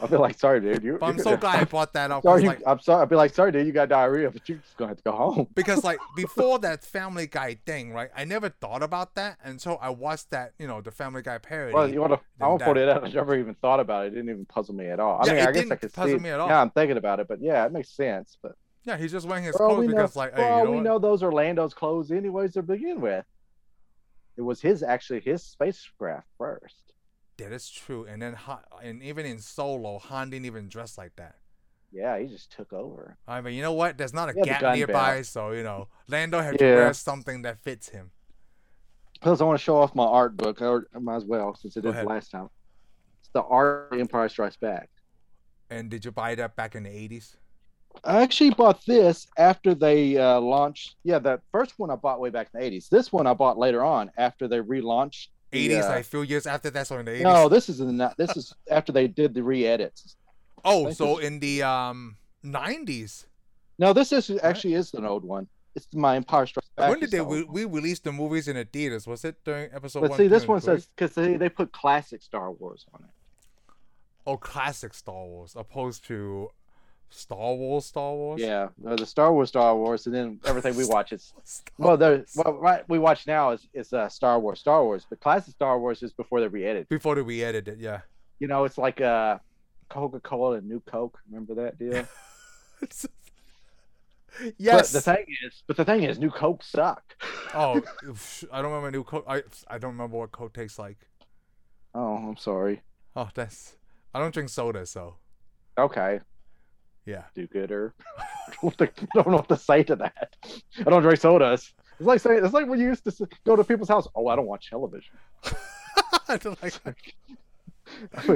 I'd be like, sorry, dude. You,
But I'm
you're
so
gonna-
glad I brought that up. 'cause,
Sorry, you-
like,
I'm sorry. I'd be like, sorry, dude. You got diarrhea, but you're just gonna have to go home.
because like before that Family Guy thing, right? I never thought about that until I watched that, you know, the Family Guy parody.
Well, you want to? I
Then
want to point
that-
it out. I never even thought about it. It didn't even puzzle me at all. I
Yeah,
mean,
it
I guess I
didn't
could see.
puzzle
it.
me at all.
Yeah, I'm thinking about it, but yeah, it makes sense. But
yeah, he's just wearing his
For all
clothes
we know-
because like,
for
hey,
all
you know,
we
what?
know, those are Lando's clothes, anyways, to begin with. It was his actually his spacecraft first.
that is true. And then Han, and even in Solo, Han didn't even dress like that.
Yeah, he just took over.
I mean, you know what? There's not a
He had the
gap
gun
nearby, so you know, Lando had to
Yeah.
wear something that fits him.
Plus, I want to show off my art book. I already- I might as well since I
Go
did it
ahead.
last time. It's the art of Empire Strikes Back.
And did you buy that back in the 80s?
I actually bought this after they uh, launched. Yeah, the first one I bought way back in the '80s. This one I bought later on after they relaunched.
80s,
Yeah.
like a few years after that, so in the 80s.
No, this is in the, this is after they did the re-edits.
oh,
this
so
is-
in the um 90s.
No, this is actually is an old one. It's my Empire Strikes Back.
when did
is
they
the old
we,
one.
we release the movies in the theaters? Was it during episode
But
one?
see,
two,
this
and
one
three?
says because they, they put classic Star Wars on it.
Oh, classic Star Wars, opposed to Star Wars, Star Wars.
Yeah, no, the Star Wars, Star Wars, and then everything we watch is
Star
well, the
Wars.
well, right we watch now is is uh, Star Wars, Star Wars, but classic Star Wars is before they re-edited.
before they re-edit it, yeah.
You know, it's like uh, Coca Cola and New Coke. Remember that deal?
yes.
But the thing is, but the thing is, New Coke suck.
oh, psh, I don't remember new coat. I I don't remember what coat tastes like.
Oh, I'm sorry.
Oh, that's. I don't drink soda, so
Okay,
yeah.
do gooder. I don't know what to say to that. I don't drink sodas. It's like saying it's like when you used to s- go to people's house. Oh, I don't watch television.
I don't like that.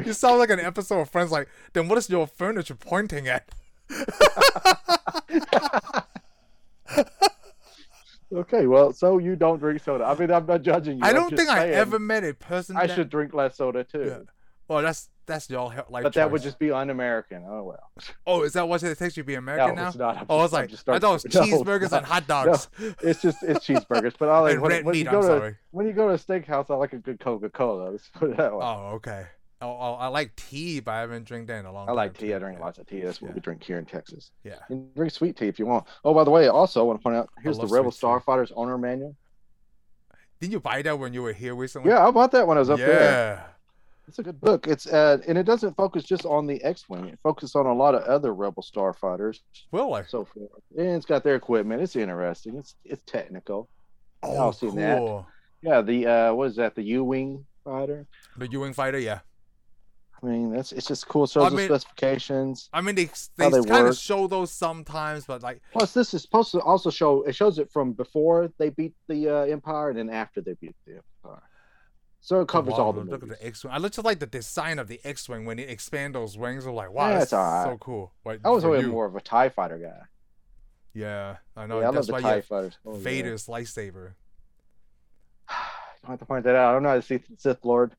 you sound like an episode of Friends. Like, then what is your furniture pointing at?
okay, well, so you don't drink soda. I mean, I'm not judging you.
I
I'm
don't
just
think I
saying
ever met a person.
I
that-
should drink less soda too.
Yeah. Oh, that's that's your he- life.
But that would
choice.
just be un-American. Oh well.
Oh, is that what it takes you to be
No,
American now?
it's not. I'm
oh, I was
just- I'm
like, I
just starting-
thought it was
No, it's
cheeseburgers
not.
and hot dogs
It's just it's cheeseburgers. But I like
and
when,
red
when
meat.
you go
I'm
to
sorry.
when you go to a steakhouse, I like a good Coca-Cola. Let's put it that way.
Oh, okay. Oh, oh, I like tea, but I haven't drank that in a long
I
time.
like tea.
too.
I drink lots of tea. That's what
Yeah.
we drink here in Texas.
Yeah.
You can drink sweet tea if you want. Oh, by the way, also I want to point out here's the
love
Rebel
sweet tea.
Starfighters owner manual.
Didn't you buy that when you were here recently?
Yeah, I bought that when I was up
yeah.
there. It's a good book. It's uh, and it doesn't focus just on the X-wing. It focuses on a lot of other Rebel Starfighters
Really?
so forth. And it's got their equipment. It's interesting. It's it's technical.
Oh,
I've
cool.
seen that. Yeah, the uh, what is that? The U-wing fighter.
The Ewing fighter, yeah.
I mean, that's it's just cool. It shows
I
the
mean-
specifications.
I mean, they they,
How they
kind
work.
of show those sometimes, but like,
Plus, this is supposed to also show it shows it from before they beat the uh, Empire and then after they beat the Empire. So it covers all
wow,
the
look at
movies.
the X-wing. I just like the design of the X-wing when it expand those wings. I'm like, wow,
Yeah,
that's
it's all
so
right.
cool. Like,
I was
for
always
you.
more of a Tie Fighter guy.
Yeah, I know.
yeah, I love
that's
the
why
Tie
you
Fighters. Oh,
have
yeah.
Vader's lightsaber.
I have to point that out. I don't know how to see Sith Lord.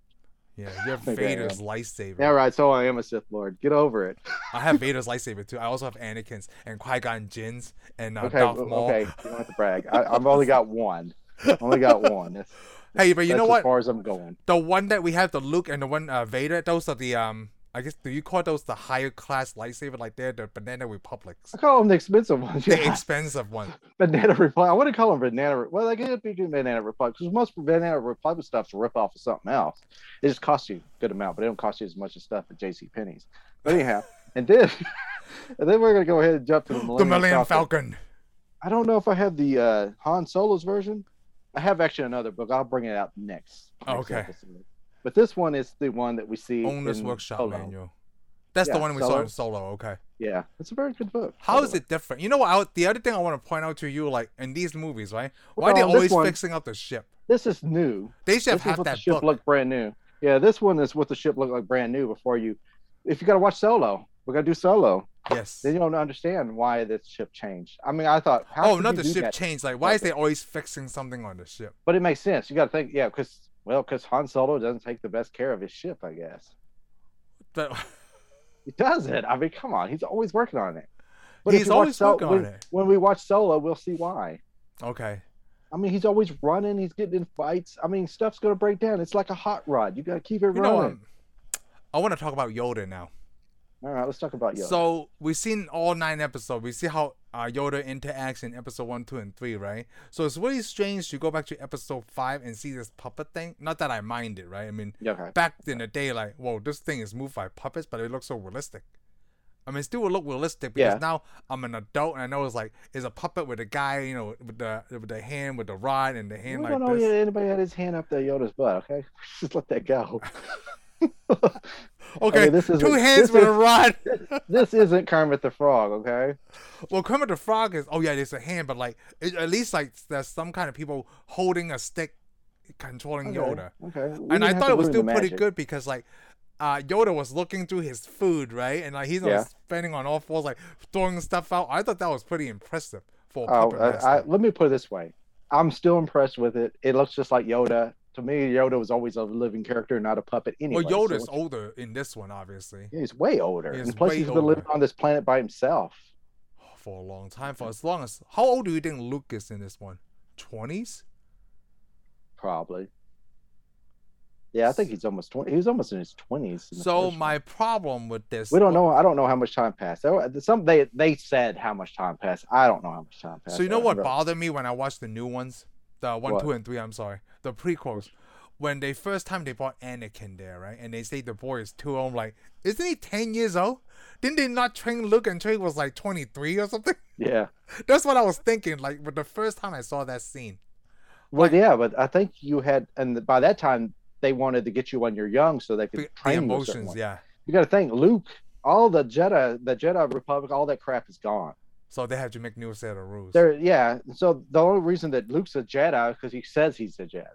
Yeah, you have
Maybe I am.
Vader's lightsaber.
Yeah, right. So I am a Sith Lord. Get over it.
I have Vader's lightsaber too. I also have Anakin's and Qui Gon Jinn's and uh,
okay,
Darth
well,
Maul.
okay. You don't have to brag. I, I've only got one. Only got one. That's,
Hey, but you
that's
know
as
what?
far as I'm going.
The one that we have, the Luke and the one uh, Vader, those are the um. I guess do you call those the higher class lightsaber? Like they're the Banana Republics,
I call them the expensive ones.
the
Yeah.
expensive one.
Banana Republic. I want to call them Banana. Re- Well, they could be good Banana Republic because most Banana Republic stuff's a rip off of something else. It just costs you a good amount, but it don't cost you as much as stuff at J.C. Penney's. But anyhow, and then and then we're gonna go ahead and jump to the Millennium,
the Millennium
Falcon.
Falcon.
I don't know if I have the uh, Han Solo's version. I have actually another book. I'll bring it out next.
Oh,
next
okay.
episode. But this one is the one that we see.
Owner's
in
Workshop
Solo.
Manual. That's the
Yeah,
one we saw
Solo.
in Solo. Okay.
Yeah, it's a very good book. by
How
the
is
way.
it different? You know what? I, the other thing I want to point out to you, like in these movies, right? Why
Well,
are they
this
always
one-
fixing up the ship?
This is new.
They should have
this is
had
what the
that
ship
book.
looked brand new. Yeah, this one is what the ship looked like brand new before you. If you got to watch Solo, we're gonna do Solo.
yes.
Then you don't understand why this ship changed. I mean, I thought, how
Oh,
could
not
you
the
do
ship
that?
changed. Like, why is
Okay.
they always fixing something on the ship?
But it makes sense. You got to think, yeah, because well, because Han Solo doesn't take the best care of his ship, I guess.
But
He doesn't. I mean, come on, he's always working on it. if
he's
you watch
always
Sol-
working on
when,
it.
When we watch Solo, we'll see why.
okay.
I mean, he's always running. He's getting in fights. I mean, stuff's gonna break down. It's like a hot rod. You gotta keep it
You know,
running.
um, I want to talk about Yoda now.
All right, let's talk about Yoda.
So we've seen all nine episodes. We see how uh, Yoda interacts in episode one, two, and three, right? So it's really strange to go back to episode five and see this puppet thing. Not that I mind it, right? I mean,
okay.
back in the day, like, whoa, this thing is moved by puppets, but it looks so realistic. I mean, it still would look realistic because
Yeah.
now I'm an adult and I know it's like it's a puppet with a guy, you know, with the with the hand with the rod and the hand
we
like
don't know
this.
yet anybody had his hand up there Yoda's butt. Okay, just let that go.
Okay,
I mean, this isn't-
two hands
this
with a
is-
rod.
this isn't Kermit the Frog. Okay,
Well, Kermit the Frog is oh yeah, there's a hand, but like it, at least like there's some kind of people holding a stick, controlling
okay.
Yoda.
Okay, We
and
didn't
I
have
thought
to
it was
ruin
still
the
pretty
magic.
good because like uh, Yoda was looking through his food, right? And like he's
Yeah.
not spending on all fours, like throwing stuff out. I thought that was pretty impressive for a
Oh,
puppet master.
I, I, let me put it this way: I'm still impressed with it. It looks just like Yoda. To me, Yoda was always a living character, not a puppet. Anyway,
well,
so
Yoda's
it's-
older in this one, obviously,
yeah, he's way older.
He's
and plus,
way
he's been living on this planet by himself.
for a long time. For as long as how old do you think Luke is in this one? Twenties?
Probably. Yeah, I think he's almost twenty. He was almost in his twenties.
So my problem with this,
we don't know. I don't know how much time passed. There were- Some they they said how much time passed. I don't know how much time passed.
So you know
I
what
really-
bothered me when I watched the new ones, the one,
What?
two, and three. I'm sorry, the prequels. When they first time they brought Anakin there, right, and they say the boy is too old. I'm like, isn't he ten years old? Didn't they not train Luke and Trey was like twenty three or something?
Yeah.
That's what I was thinking. Like, but the first time I saw that scene,
Well,
Like-
yeah, but I think you had, and th- by that time they wanted to get you when you're young so they could
the, the
train you a certain
emotions,
way.
yeah.
You got to think, Luke. All the Jedi, the Jedi Republic, all that crap is gone.
So they have to make new set of rules.
There, yeah. So the only reason that Luke's a Jedi is because he says he's a Jedi.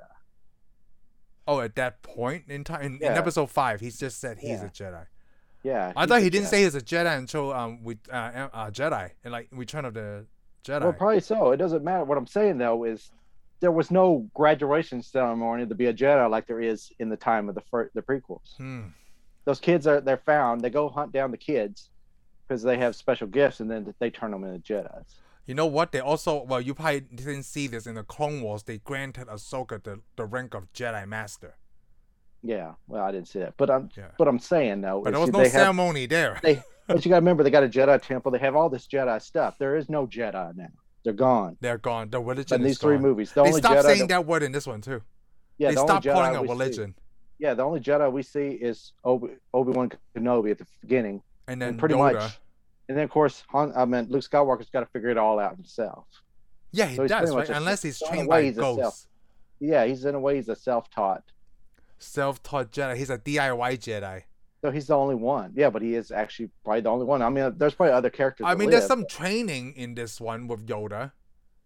oh, at that point in time, in, in
Yeah.
episode five, he's just said he's
Yeah.
a Jedi.
Yeah.
I
he's
thought
a
he didn't
Jedi.
say he's a Jedi until um we uh, uh Jedi and like Return of the Jedi.
Well, probably so. It doesn't matter. What I'm saying though is there was no graduation ceremony to be a Jedi like there is in the time of the fir- the prequels.
hmm.
Those kids are they're found. They go hunt down the kids because they have special gifts, and then they turn them into Jedi's.
You know what? They also well, you probably didn't see this in the Clone Wars. They granted Ahsoka the, the rank of Jedi Master,
Yeah. Well, I didn't see that, but I'm
Yeah.
but I'm saying though,
but
is
there was
that
no
they have,
ceremony there.
but you got to remember they got a Jedi temple. They have all this Jedi stuff. There is no Jedi now. They're gone.
They're gone. The religion
In
is
these three
gone.
movies, the
they
only
stopped
Jedi
saying
that,
that word in this one too.
yeah,
they
the only
stopped calling it
Jedi we see-
religion,
yeah, the only Jedi we see is Obi Obi Wan Kenobi at the beginning.
and then
and pretty
Yoda.
much. And then, of course, Han, I mean, Luke Skywalker's got to figure it all out himself.
Yeah, he
So he's
does,
pretty
right?
much a-
Unless he's
in a
trained
way,
by
he's a self-
ghosts,
Yeah, he's in a way he's a self-taught,
self-taught Jedi. He's a DIY Jedi.
so he's the only one. Yeah, but he is actually probably the only one. I mean, there's probably other characters.
I
that
mean, there's
live.
some training in this one with Yoda.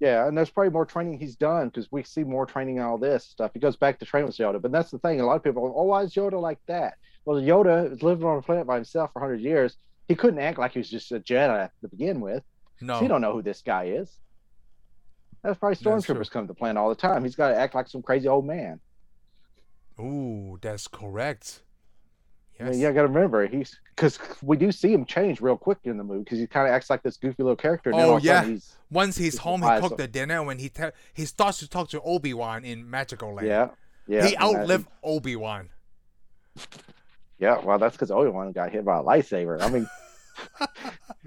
Yeah, and there's probably more training he's done because we see more training and all this stuff. He goes back to training with Yoda, but that's the thing. A lot of people, are, oh, why is Yoda like that? Well, Yoda has lived on a planet by himself for 100 years. He couldn't act like he was just a Jedi to begin with.
No,
So you don't know who this guy is. That's probably
That's true.
stormtroopers come to the planet all the time. He's got to act like some crazy old man.
Ooh, that's correct.
I mean,
Yes.
Yeah, I got to remember he's because we do see him change real quick in the movie because he kind of acts like this goofy little character. and then
Oh,
all of a sudden
yeah.
he's,
Once he's
He's
home, he
wise
cooked
up.
the dinner. and When he te- he starts to talk to Obi Wan in Magical Land,
yeah, yeah.
he
and that-
outlived Obi Wan.
Yeah, well, that's because Obi Wan got hit by a lightsaber. I mean,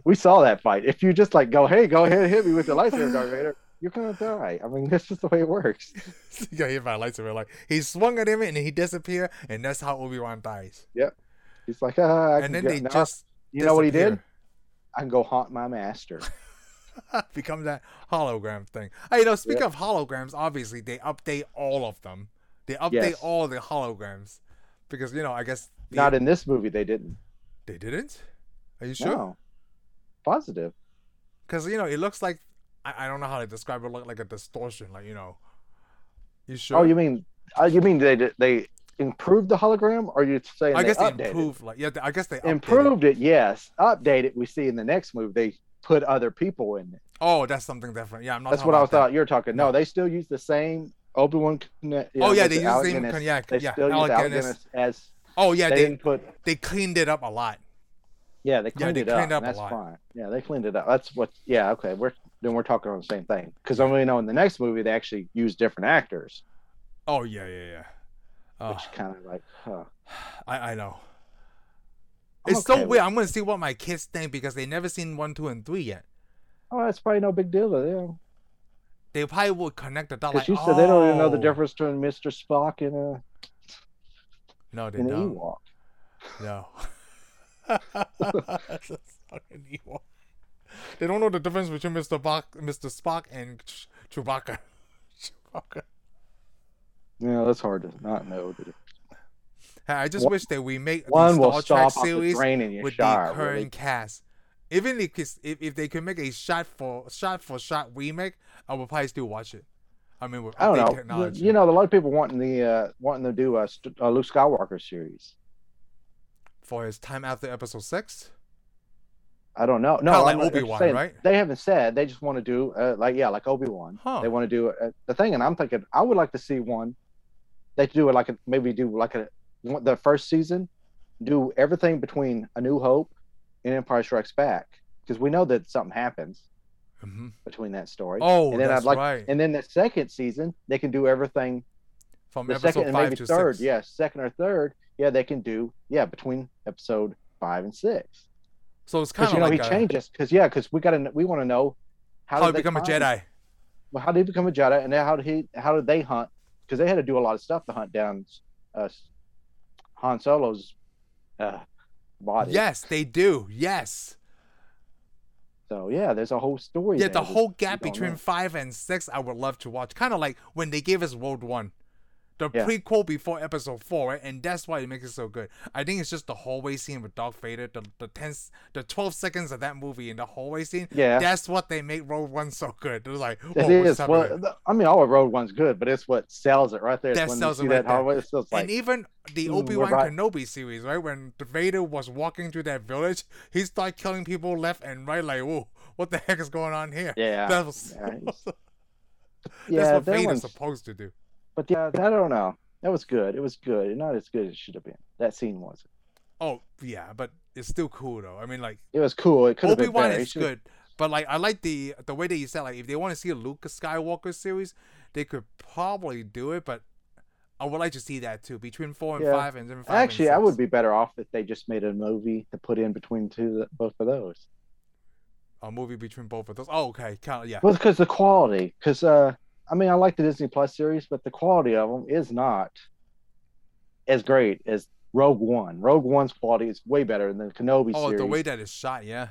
we saw that fight. If you just like go, hey, go ahead, hit me with the lightsaber, Darth Vader, you're gonna die. I mean, that's just the way it works.
yeah, he by lightsaber. Like he swung at him and he disappeared, and that's how Obi Wan dies.
He's like, ah, I can
and then
go-
they
now-
just
you know what he did?
disappear.
I can go haunt my master.
become that hologram thing. Hey, you know, speaking of holograms, obviously they update all of them. They update
Yes.
all the holograms because you know I guess the-
Not in this movie, they didn't.
they didn't. Are you sure?
No. Positive. Oh,
Because you know, it looks like I, I don't know how to describe it. Look like a distortion, like you know. You sure?
Oh, you mean uh, you mean they they improved the hologram? Or you saying
I
they
guess they
updated it?
improved. Like yeah, I guess they updated.
Improved it, yes. Update it. We see in the next movie they put other people in it.
Oh, that's something different. Yeah, I'm not.
That's
talking
what I
about that.
thought you were talking. No, they still use the same Obi Wan.
oh yeah, they use the same cognac.
They
yeah,
still use
Alec
Alec
Guinness.
Guinness as
Oh yeah,
they,
they,
didn't put.
they cleaned it up a lot.
Yeah, they cleaned
they
it up.
cleaned up
and
a
that's
lot.
fine. Yeah, they cleaned it up. That's what. Yeah, okay. We're then we're talking on the same thing because I only know in the next movie they actually use different actors,
Oh yeah, yeah, yeah. Oh,
which kind of like, huh.
I I know.
I'm
It's
okay
so
with
weird.
it.
I'm gonna see what my kids think because they never seen one, two, and three yet.
Oh, that's probably no big deal to them.
They probably would connect the dots.
Because
Like,
you said they don't even know the
"Oh."
difference between Mister Spock and a
No, they
and an
don't.
Ewok.
No. That's a fucking Ewok. They don't know the difference between Mr. Bach, Mr. Spock and Ch- Chewbacca. Chewbacca.
Yeah, that's hard to not know.
Hey, I just
One-
wish that we make
One will
the Star Trek
stop off the
series
drain in your
with
shower.
the
where
current
they
cast. Even if, it's- if if they could make a shot for shot for shot remake, I would probably still watch it. I mean, with
I
updated
don't know. You-
technology.
You know, a lot of people wanting the uh, wanting to do a, st- a Luke Skywalker series.
for his time after Episode Six.
I don't know. No,
Kinda
I'm
like
not- they're just
Obi-Wan,
saying-
right?
They haven't said. They just want to do uh, like yeah, like Obi Wan.
Huh.
They want to do uh, the thing, and I'm thinking I would like to see one. They do it like a, maybe do like a one- the first season, do everything between A New Hope and Empire Strikes Back because we know that something happens
Mhm.
between that story.
Oh,
and then
that's
I'd like,
right.
and then the second season they can do everything
from
the
episode
second and
five
maybe
to
third,
six.
yeah, second or third, yeah, they can do yeah between episode five and six
So it's kind of
because you know
like
he
a-
changes because yeah because we got to we want to know how,
how
did
to
they
become a
find-
Jedi.
Well, how did he become a Jedi and then how did he how did they hunt because they had to do a lot of stuff to hunt down uh, Han Solo's uh, body.
Yes, they do. Yes.
So yeah, there's a whole story.
Yeah,
there
the
that
whole
we
gap
don't
between
know.
five and six, I would love to watch. Kind of like when they gave us World One, the
Yeah.
prequel before Episode Four, right? and that's why it makes it so good. I think it's just the hallway scene with Darth Vader, the the ten, s- the twelve seconds of that movie in the hallway scene.
Yeah.
That's what they make Road One so good. They're like,
It
"Whoa, what's
is.
happening?"
Well, the- I mean, all of Road One's good, but it's what sells it right there. It's
That
when
sells it
you see
right
that hallway, it's just
and
like,
even the
"Ooh, we're
Obi Wan
right."
Kenobi series, right? When Vader was walking through that village, he started killing people left and right, like, "Whoa, what the heck is going on here?"
yeah,
That was-
yeah, he's-
that's
yeah,
what
that
Vader's
one's,
supposed to do.
But yeah, I don't know. That was good. It was good. Not as good as it should have been. That scene was.
Oh yeah, but it's still cool though. I mean, like
It was cool. It could have
Obi
been
Wan
better. It
is
should've-
good, but like I like the the way that you said like if they want to see a Luke Skywalker series, they could probably do it. But I would like to see that too between four and
Yeah.
five and then five.
Actually,
and
I
six.
would be better off if they just made a movie to put in between two both of those.
a movie between both of those. Oh okay, kind of yeah.
Well, because the quality. Because uh, I mean, I like the Disney Plus series, but the quality of them is not as great as Rogue One. Rogue One's quality is way better than the Kenobi
Oh,
series.
the way that it's shot, yeah,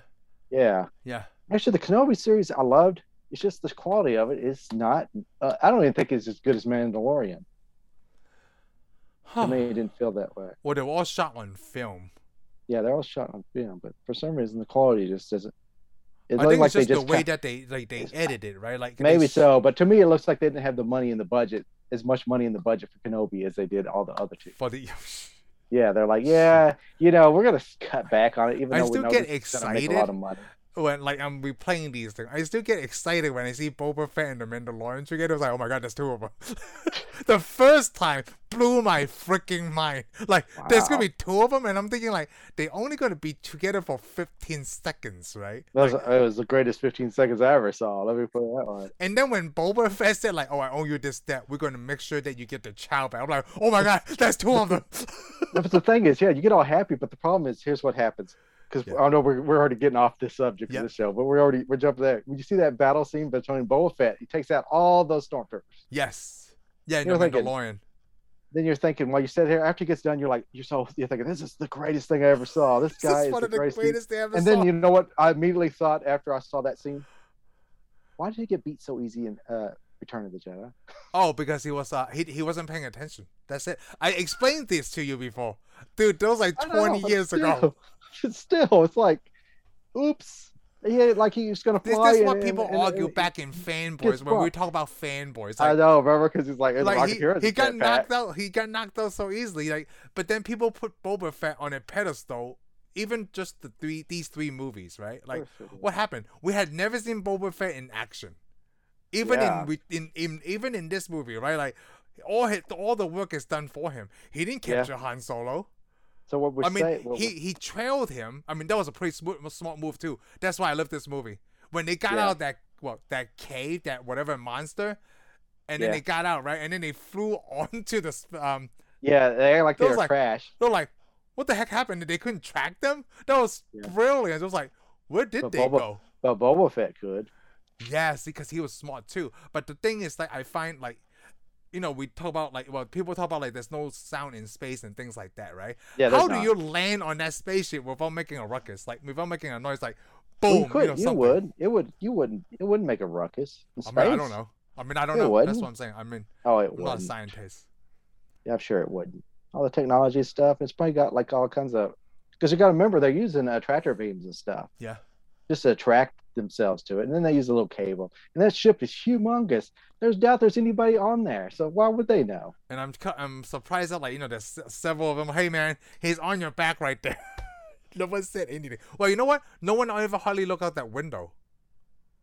yeah,
yeah.
actually, the Kenobi series I loved. It's just the quality of it is not. Uh, I don't even think it's as good as Mandalorian.
Huh.
To me, it didn't feel that way.
well, they were all shot on film.
Yeah, they're all shot on film, but for some reason, the quality just doesn't. It
I
looks
think
like
it's just
they
the
just
way
cut-
that they like they edited, right? Like they
Maybe
sh-
so, but to me, it looks like they didn't have the money in the budget, as much money in the budget for Kenobi as they did all the other two.
for the.
Yeah, they're like, yeah, you know, we're gonna s- cut back on it, even
I
though we
still
know
get
it's gonna make a lot of money.
when like I'm replaying these things, I still get excited when I see Boba Fett and the Mandalorian together. I was like, oh my god, there's two of them. the first time blew my freaking mind. Like there's gonna
Wow.
be two of them, and I'm thinking like they only gonna be together for 15 seconds, right?
That was, it was the greatest 15 seconds I ever saw. Let me put it that way.
And then when Boba Fett said like, oh I owe you this debt, we're gonna make sure that you get the child back. I'm like, oh my god, that's two of them.
But the thing is, yeah, you get all happy, but the problem is, here's what happens. Because
Yeah.
I know we're, we're already getting off this subject
Yeah.
of the show, but we're already we're jumping there. When you see that battle scene between Boba Fett, he takes out all those stormtroopers.
yes. Yeah, in
You
the
know, like in-
Mandalorian.
Then you're thinking, while you sit here, after he gets done, you're like, you're so you're thinking, this is the greatest thing I ever saw. This
This
guy
is
is,
one
the
of the
greatest. thing
greatest they ever
and
saw.
then you know what I immediately thought after I saw that scene? Why did he get beat so easy in uh, Return of the Jedi?
Oh, because he was uh he, he wasn't paying attention. That's it. I explained this to you before, dude. That was like
I don't know,
twenty
but
years ago.
still- Still, it's like, oops. Yeah, like he was gonna
This,
fly.
this is what
and-
people
and- and-
argue
and-
back in fanboys when we
fucked.
talk about fanboys.
I
Like,
know, remember? Because he's like,
like he,
Rocketeer is
he
a
got
jetpack.
knocked out. He got knocked out so easily. Like, but then people put Boba Fett on a pedestal. Even just the three these three movies, right? Like,
Of course it is.
what happened? We had never seen Boba Fett in action, even
Yeah.
in, re- in in even in this movie, right? Like, all his, all the work is done for him. He didn't
Yeah.
capture Han Solo.
So what we're
I mean,
saying, what
he,
we're-
he trailed him. I mean, that was a pretty smart, smart move too. That's why I love this movie. When they got
Yeah.
out of that well, that cave, that whatever monster, and then
Yeah.
they got out right, and then they flew onto the sp- um.
yeah, they act like they
Those
were
like-
trash.
They're like, what the heck happened? They couldn't track them. That was
Yeah.
brilliant. It was like, where did
But
they
Boba-
go?
But Boba Fett could.
Yes, because he was smart too. But the thing is, like, I find like, you know, we talk about like, well, people talk about like, there's no sound in space and things like that, right?
Yeah,
How
there's
do
not.
you land on that spaceship without making a ruckus? Like without making a noise, like
Well,
boom.
you could.
know,
you
something.
would. It would. You wouldn't. It wouldn't make a ruckus. in
I mean, I
space.
don't know. I mean, I don't
It
know. That's
wouldn't.
what I'm saying. I mean,
Oh, it
I'm not a
would.
scientist.
Yeah, I'm sure it wouldn't. All the technology stuff, it's probably got like all kinds of. Because you got to remember, they're using uh, tractor beams and stuff
Yeah.
just to attract themselves to it, and then they use a little cable. And that ship is humongous. There's doubt there's anybody on there, so why would they know?
And I'm cu- I'm surprised that like you know there's s- several of them. Hey man, he's on your back right there. no one said anything. Well, you know what? No one ever hardly look out that window,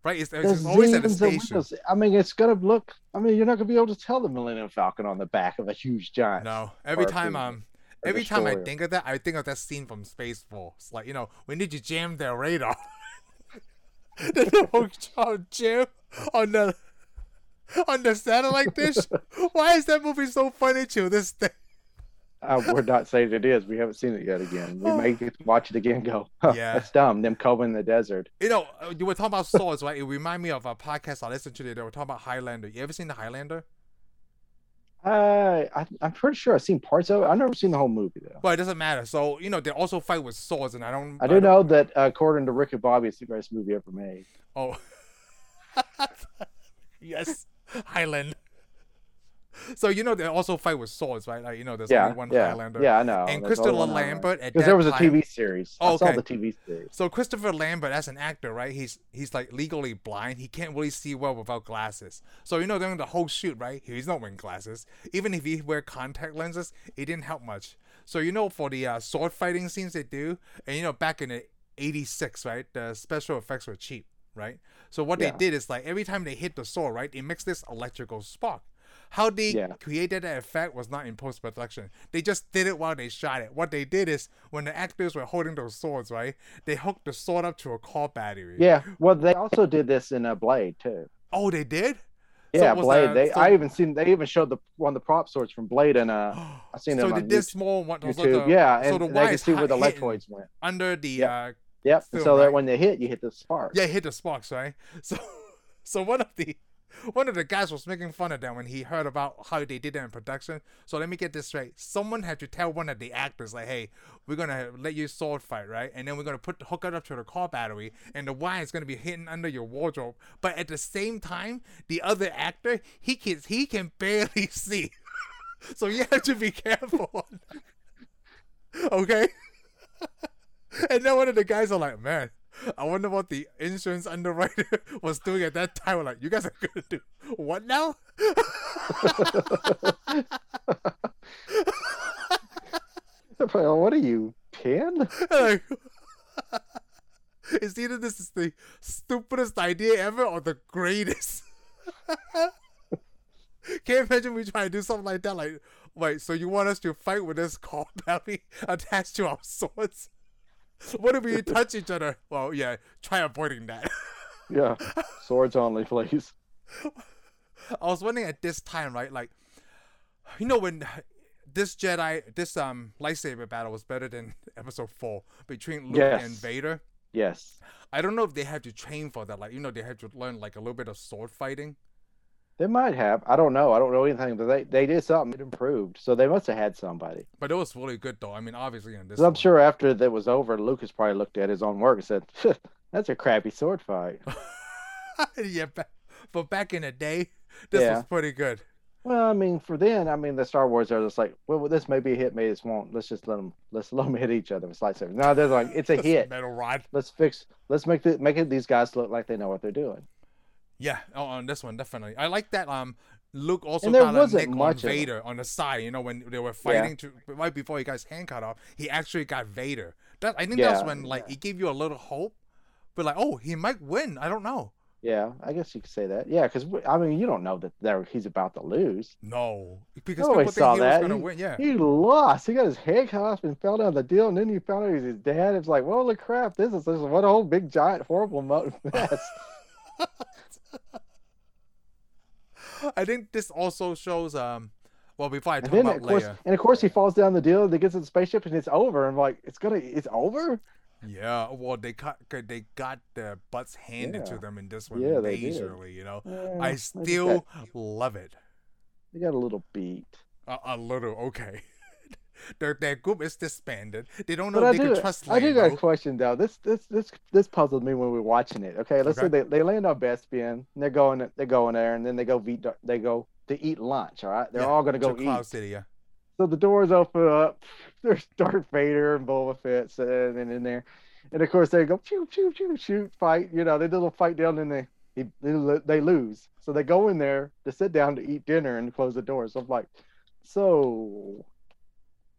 right? It's, it's
There's
always at the
zillions of
station.
windows. I mean, it's gonna look. I mean, you're not gonna be able to tell the Millennium Falcon on the back of a huge giant.
No, every
Or a
time
Beamer.
um,
or
every time I
destroyer.
think of that, I think of that scene from Spaceballs. Like you know, we need to jam their radar. There's a whole child jam on the on the satellite dish? Why is that movie so funny to this day?
Uh, we're not saying it is. We haven't seen it yet again. We may get to watch it again. and Go. "Huh,
Yeah.
That's dumb. Them covering the desert.
You know, uh, you were talking about swords, right? It reminded me of a podcast I listened to. They were talking about Highlander. You ever seen the Highlander?
Uh, I, I'm pretty sure I've seen parts of it. I've never seen the whole movie though.
Well, it doesn't matter. So you know, they also fight with swords, and I don't.
I do know that uh, according to Rick and Bobby, it's the greatest movie ever made.
Oh. yes, Highland. So you know they also fight with swords, right? Like you know, there's
Yeah,
only one
yeah,
Highlander.
yeah. I know.
And Christopher Lambert at that
Because there was a
time-
TV series.
Oh,
I saw
okay.
the TV series.
So Christopher Lambert, as an actor, right? He's he's like legally blind. He can't really see well without glasses. So you know during the whole shoot, right? He's not wearing glasses. Even if he wear contact lenses, it didn't help much. So you know for the uh, sword fighting scenes they do, and you know back in the '86, right? The special effects were cheap, right? So what
Yeah.
they did is like every time they hit the sword, right? It makes this electrical spark. How they
Yeah.
created that effect was not in post production. They just did it while they shot it. What they did is when the actors were holding those swords, right? They hooked the sword up to a car battery.
Yeah. Well, they also did this in uh, Blade too.
Oh, they did. So
Yeah,
was
Blade.
that-
they
so-
I even seen they even showed the one of the prop swords from Blade and uh I seen
so
them
they
on
did this small one.
YouTube.
so the-
yeah,
uh, so
and
the
they
wires
could see where the
hi- hidden
electrodes went.
under the
Yeah.
uh,
Yep.
film,
so
right?
that when they hit, you hit the spark.
Yeah, it hit the sparks, right? So, so one of the one of the guys was making fun of them when he heard about how they did that in production. So let me get this straight: someone had to tell one of the actors, like, "Hey, we're gonna let you sword fight, right? And then we're gonna put hook it up to the car battery, and the wire is gonna be hidden under your wardrobe." But at the same time, the other actor, he can he can barely see, so you have to be careful. okay. And then one of the guys are like, man, I wonder what the insurance underwriter was doing at that time. We're like, you guys are gonna do what now?
They're probably like, "Oh, what are you, pin?
like, it's either this is the stupidest idea ever or the greatest. Can't imagine we try to do something like that. Like, wait, so you want us to fight with this car belly attached to our swords? What if we touch each other? Well, yeah, try avoiding that.
Yeah. Swords only, please.
I was wondering at this time, right? Like, you know, when this Jedi, this um lightsaber battle was better than Episode Four between Luke and
Yes.
Vader.
Yes.
I don't know if they had to train for that. Like, you know, they had to learn like a little bit of sword fighting.
They might have. I don't know. I don't know anything, but they, they did something. It improved. So they must have had somebody.
But it was really good, though. I mean, obviously, in this,
'Cause I'm
one-
sure after that was over, Lucas probably looked at his own work and said, "Phew, that's a crappy sword fight.
yeah, ba- but back in the day, this
Yeah.
was pretty good.
Well, I mean, for then, I mean, the Star Wars, they're just like, well, this may be a hit, maybe this won't. Let's just let them, let's let them hit each other with lightsabers. No, they're like, it's a
This
hit.
metal rod.
Let's fix, let's make the, make it these guys look like they know what they're doing.
Yeah, oh, on this one definitely. I like that. Um, Luke also
And there
got a
wasn't
nick on
much of it.
Vader on the side. You know when they were fighting to right before he got his hand cut off, he actually got Vader. That I think that's
Yeah,
when like
yeah.
it gave you a little hope, but like oh he might win. I don't know.
Yeah, I guess you could say that. Yeah, because I mean, you don't know that they're, he's about to lose.
No, because
Nobody
people
saw
think he
that.
was gonna
He-
win. Yeah,
He lost. He got his head cut off and fell down the deal, and then you found out he's his dad. It's like, holy crap, this is this is what a whole big giant horrible mo- mess.
I think this also shows um. Well, before I
and
talk
then
about
of course,
Leia,
and of course, he falls down the deal. And he gets in the spaceship, and it's over. And I'm like, it's gonna, it's over.
yeah, well they cut they got their butts handed to
Yeah.
them in this one
Yeah, they did.
majorly. You know,
Yeah,
I
they just got-
still love it.
they got a little beat.
A, a little okay. their their group is disbanded. They don't know
But I
they can
do,
trust
I do got a
Lando.
question though. This, this, this, this puzzled me when we were watching it. Okay, let's
Okay.
say they, they land on Bespin, and they're going, they're going there, and then they go, beat, they go to eat lunch. All right, they're
Yeah,
all gonna go
to
eat.
Cloud City. Yeah.
So the doors open up. There's Darth Vader and Boba Fett sitting in, in there, and of course they go shoot, shoot, shoot, shoot, fight. You know, they do a little fight down, and they they, they lo- they lose. So they go in there to sit down to eat dinner and close the doors. So I'm like, so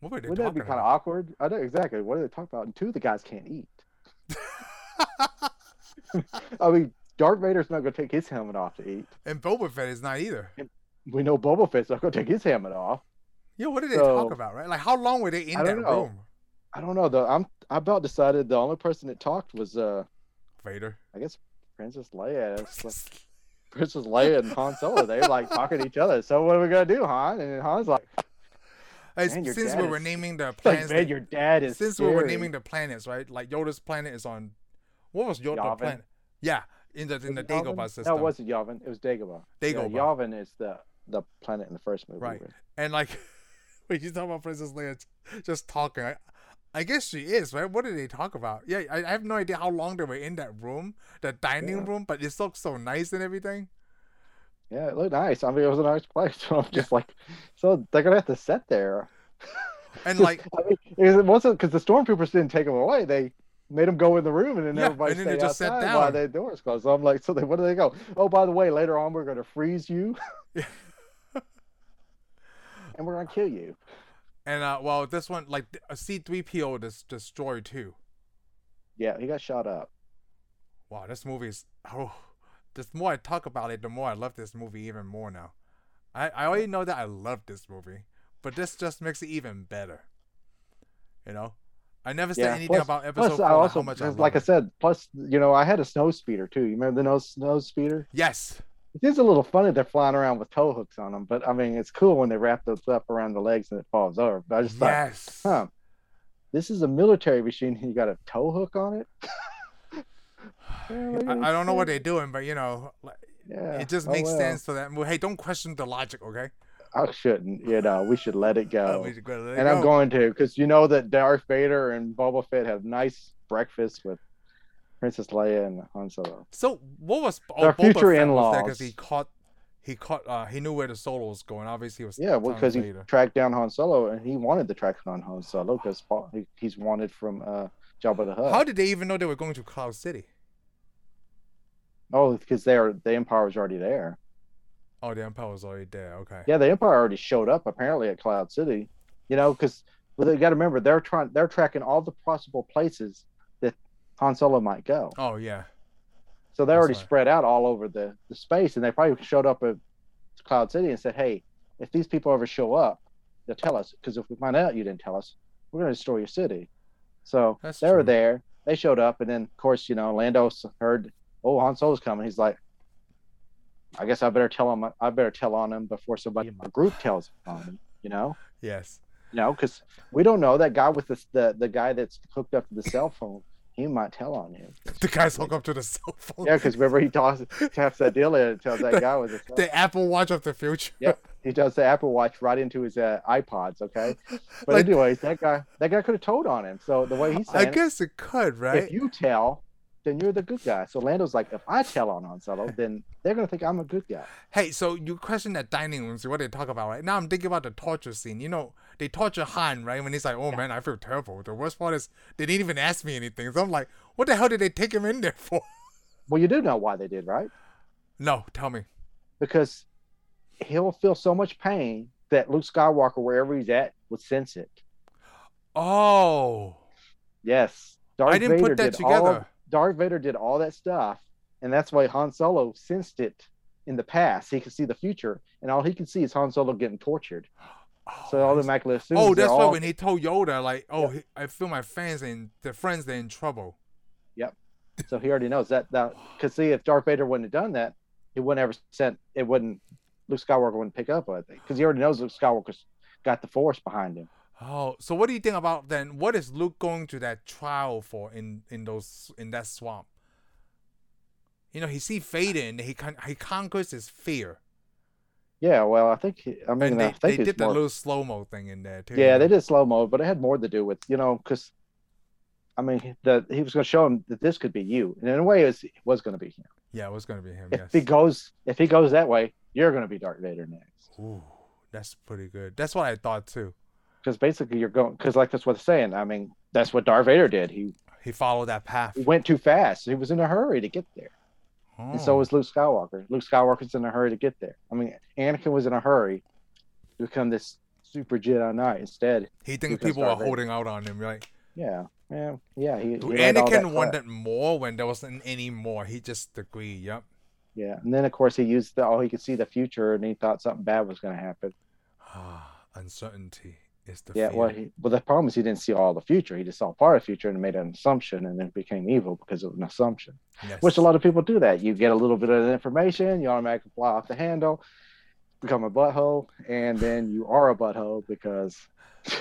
What were they
wouldn't that
talking
be kind of
about?
awkward? I know exactly what do they talk about. And two, the guys can't eat. I mean, Darth Vader's not going to take his helmet off to eat.
and Boba Fett is not either.
We know Boba Fett's not going to take his helmet off.
Yeah, what did they
So-
talk about? Right? Like how long were they in
I
that
don't know.
room?
I don't know though. I'm I about decided the only person that talked was uh
Vader.
I guess Princess Leia. It's like- versus Leia and Han Solo. They're like talking to each other. So what are we gonna do, Han? And then Han's like,
Hey,
Man, your
since
dad
we were
is-
naming the
like,
planets,
man, your dad is.
since we
scary.
were naming the planets, right? Like Yoda's planet is on. What was Yoda's
Yavin.
planet? Yeah, in the in
Was
the
it Yavin?
Dagobah
No,
system.
it wasn't Yavin. It was Dagobah.
Dagobah.
Yeah, Yavin is the the planet in the first movie.
Right. and like when you talk about Princess Leia t- just talking, I, I guess she is right. What did they talk about? Yeah, I, I have no idea how long they were in that room, the dining
Yeah.
room, but it looked so nice and everything.
Yeah, it looked nice. I mean, it was a nice place. So I'm just like, so they're gonna have to sit there.
And like
I mean, it wasn't because the stormtroopers didn't take them away. They made them go in the room and then
Yeah,
everybody
and then they
stayed
just sat
outside
down.
while their doors closed. So I'm like, so they, where do they go? Oh, by the way, later on we're gonna freeze you.
Yeah.
and we're gonna kill you.
and uh, well, this one like C three PO is destroyed too.
Yeah, he got shot up.
Wow, this movie is. Oh, the more I talk about it, the more I love this movie even more now. I, I already know that I love this movie, but this just makes it even better. You know, I never said
Yeah,
anything
plus-
about episode
Plus,
four.
I
and
also
how much I love
like I
it.
said. Plus, you know, I had a snow speeder too. You remember the no snow speeder?
yes,
It is a little funny they're flying around with tow hooks on them, but I mean, it's cool when they wrap those up around the legs and it falls over. But I just thought,
yes.
huh, this is a military machine and you got a tow hook on it?
I, I don't know what they're doing, but you know, like,
Yeah.
it just
oh,
makes
well.
sense to that. mo- Hey, don't question the logic, okay?
I shouldn't, you know, we should let it
Uh,
go.
we just gotta let it
and I'm
go.
going to, because you know that Darth Vader and Boba Fett have nice breakfast with Princess Leia and Han Solo.
So what was oh,
Their
Boba
future
Fett was there 'cause
in-laws.
he caught, he caught, uh, he knew where the solo was going. Obviously, he was
Yeah, well,
time
because he
later.
tracked down Han Solo, and he wanted to track down Han Solo because he, he's wanted from uh, Jabba the Hutt.
How did they even know they were going to Cloud City?
Oh, because they're the Empire was already there.
Oh, the Empire was already there. Okay.
Yeah, the Empire already showed up apparently at Cloud City. You know, because well, they got to remember they're trying they're tracking all the possible places that Han Solo might go.
Oh yeah.
So they're
That's
already
right.
spread out all over the, the space, and they probably showed up at Cloud City and said, "Hey, if these people ever show up, they'll tell us. Because if we find out you didn't tell us, we're going to destroy your city." So
That's
they
true.
were there. They showed up, and then of course, you know, Lando s- heard, "Oh, Han Solo's coming." He's like, "I guess I better tell him. I better tell on him before somebody in my group tells on him." You know,
Yes.
you know, because we don't know that guy with the, the the guy that's hooked up to the cell phone. He might tell on you.
The guys hook up to the cell phone.
Yeah, because remember he tosses taps that deal in and tells that guy with his
The Apple Watch of the future.
Yeah, he does the Apple Watch right into his uh, iPods. Okay, but
Like-
anyways, that guy that guy could have told on him. So the way he's
I
saying, it,
guess it could, right?
if you tell, then you're the good guy. So Lando's like, if I tell on Han Solo, then they're gonna think I'm a good guy.
Hey, so you question that dining room, see what they talk about, right? Now I'm thinking about the torture scene. You know, they torture Han, right? When he's like, oh man, I feel terrible. The worst part is they didn't even ask me anything. So I'm like, what the hell did they take him in there for?
Well, you do know why they did, right?
No, tell me.
Because he'll feel so much pain that Luke Skywalker, wherever he's at, would sense it.
Oh.
Yes, Darth
I didn't
Vader
put that
did all of-
together.
Darth Vader did all that stuff, and that's why Han Solo sensed it in the past. He could see the future, and all he can see is Han Solo getting tortured.
Oh,
So
I see.
automatically assumes
Oh,
they're
that's why
all-
when he told Yoda, like, oh, he, I feel my fans and the friends they're in trouble.
so he already knows that that because see if Darth Vader wouldn't have done that, he wouldn't ever sent it wouldn't Luke Skywalker wouldn't pick up on it because he already knows Luke Skywalker's got the Force behind him.
Oh, so what do you think about then? What is Luke going to that trial for in in those in that swamp? You know, he see Vader and he con- he conquers his fear.
Yeah, well, I think he- I mean
And
I
they,
think
they
it's
did that
more-
little slow mo thing in there too.
Yeah, they did slow mo, but it had more to do with you know because, I mean, that he was going to show him that this could be you, and in a way, it was, it was going to be him.
Yeah, it was gonna be him.
If
Yes.
he goes, if he goes that way, you're going to be Darth Vader next,
Ooh, that's pretty good. That's what I thought too.
because basically you're going because like that's what they're saying. I mean, that's what Darth Vader did. He,
He followed that path.
he went too fast. He was in a hurry to get there, and so
Oh.
was Luke Skywalker. Luke Skywalker's in a hurry to get there. I mean, Anakin was in a hurry to become this super Jedi Knight instead.
he thinks
because
people are
Darth Vader.
holding out on him, right?
Yeah, yeah, yeah. He, he read all that
Anakin
crap.
wanted more when there wasn't any more. He just agreed. Yep.
Yeah, and then of course he used the oh he could see the future and he thought something bad was going to happen.
Ah, uncertainty, It's the
Yeah,
fear.
well, he, well, the problem is he didn't see all the future. He just saw part of the future and made an assumption, and then became evil because of an assumption.
Yes.
Which a lot of people do that. You get a little bit of the information, you automatically fly off the handle, become a butthole, and then you are a butthole because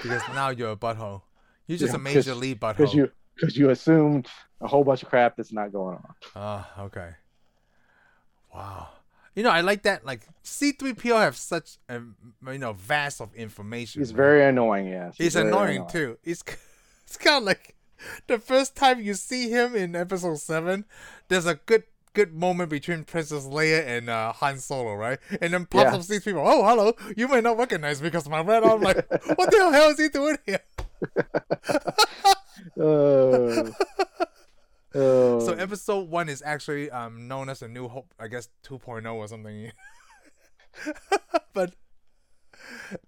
because now you're a butthole. You're just
Yeah,
a major
'cause-
league
because
butthole.
you because you assumed a whole bunch of crap that's not going on.
Ah, okay. Wow. You know, I like that. Like C-3PO have such a m- you know vast of information.
It's
man.
very annoying. Yes,
It's
very
annoying too. It's k- it's kind of like the first time you see him in Episode Seven. There's a good good moment between Princess Leia and uh, Han Solo, right? And then pops
Yeah.
up these people. Oh, hello. You may not recognize me because my red arm. Like, what the hell is he doing here?
Oh. Oh.
So Episode One is actually um known as a New Hope, I guess 2.0 or something. but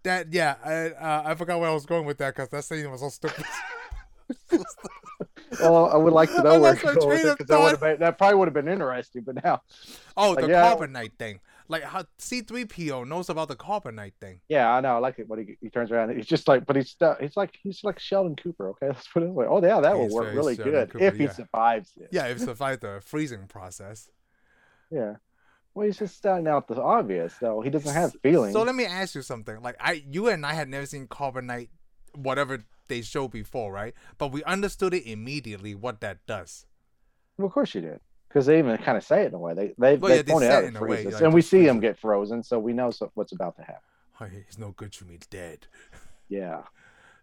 that yeah, I uh, I forgot where I was going with that because that scene was so stupid.
well, I would like to
I
know where
lost my
to go with
train
it
of
'cause that would have been that probably would have been interesting. But now,
Oh,
Like,
the
yeah.
carbonite thing. Like how C3PO knows about the carbonite thing.
yeah, I know. I like it when he, he turns around. He's just like, but he's stu- he's like he's like Sheldon Cooper. Okay, let's put it that way. Oh yeah, that
He
will
is
work
very
really
Sheldon
good
Cooper,
if he
yeah.
survives it.
Yeah, it survived the freezing process.
yeah. Well, he's just starting out the obvious though. He doesn't have feelings.
So let me ask you something. Like I you and I had never seen carbonite whatever they showed before, right? But we understood it immediately what that does.
Well, of course you did, because they even kind of say it in a way. They they,
Well,
they
yeah, they
point it
say
out
it
and
in a way,
freeze us,
like,
and we
just
see
freeze
him
it.
get frozen, so we know so, what's about to happen.
Oh, it's no good to me dead.
Yeah,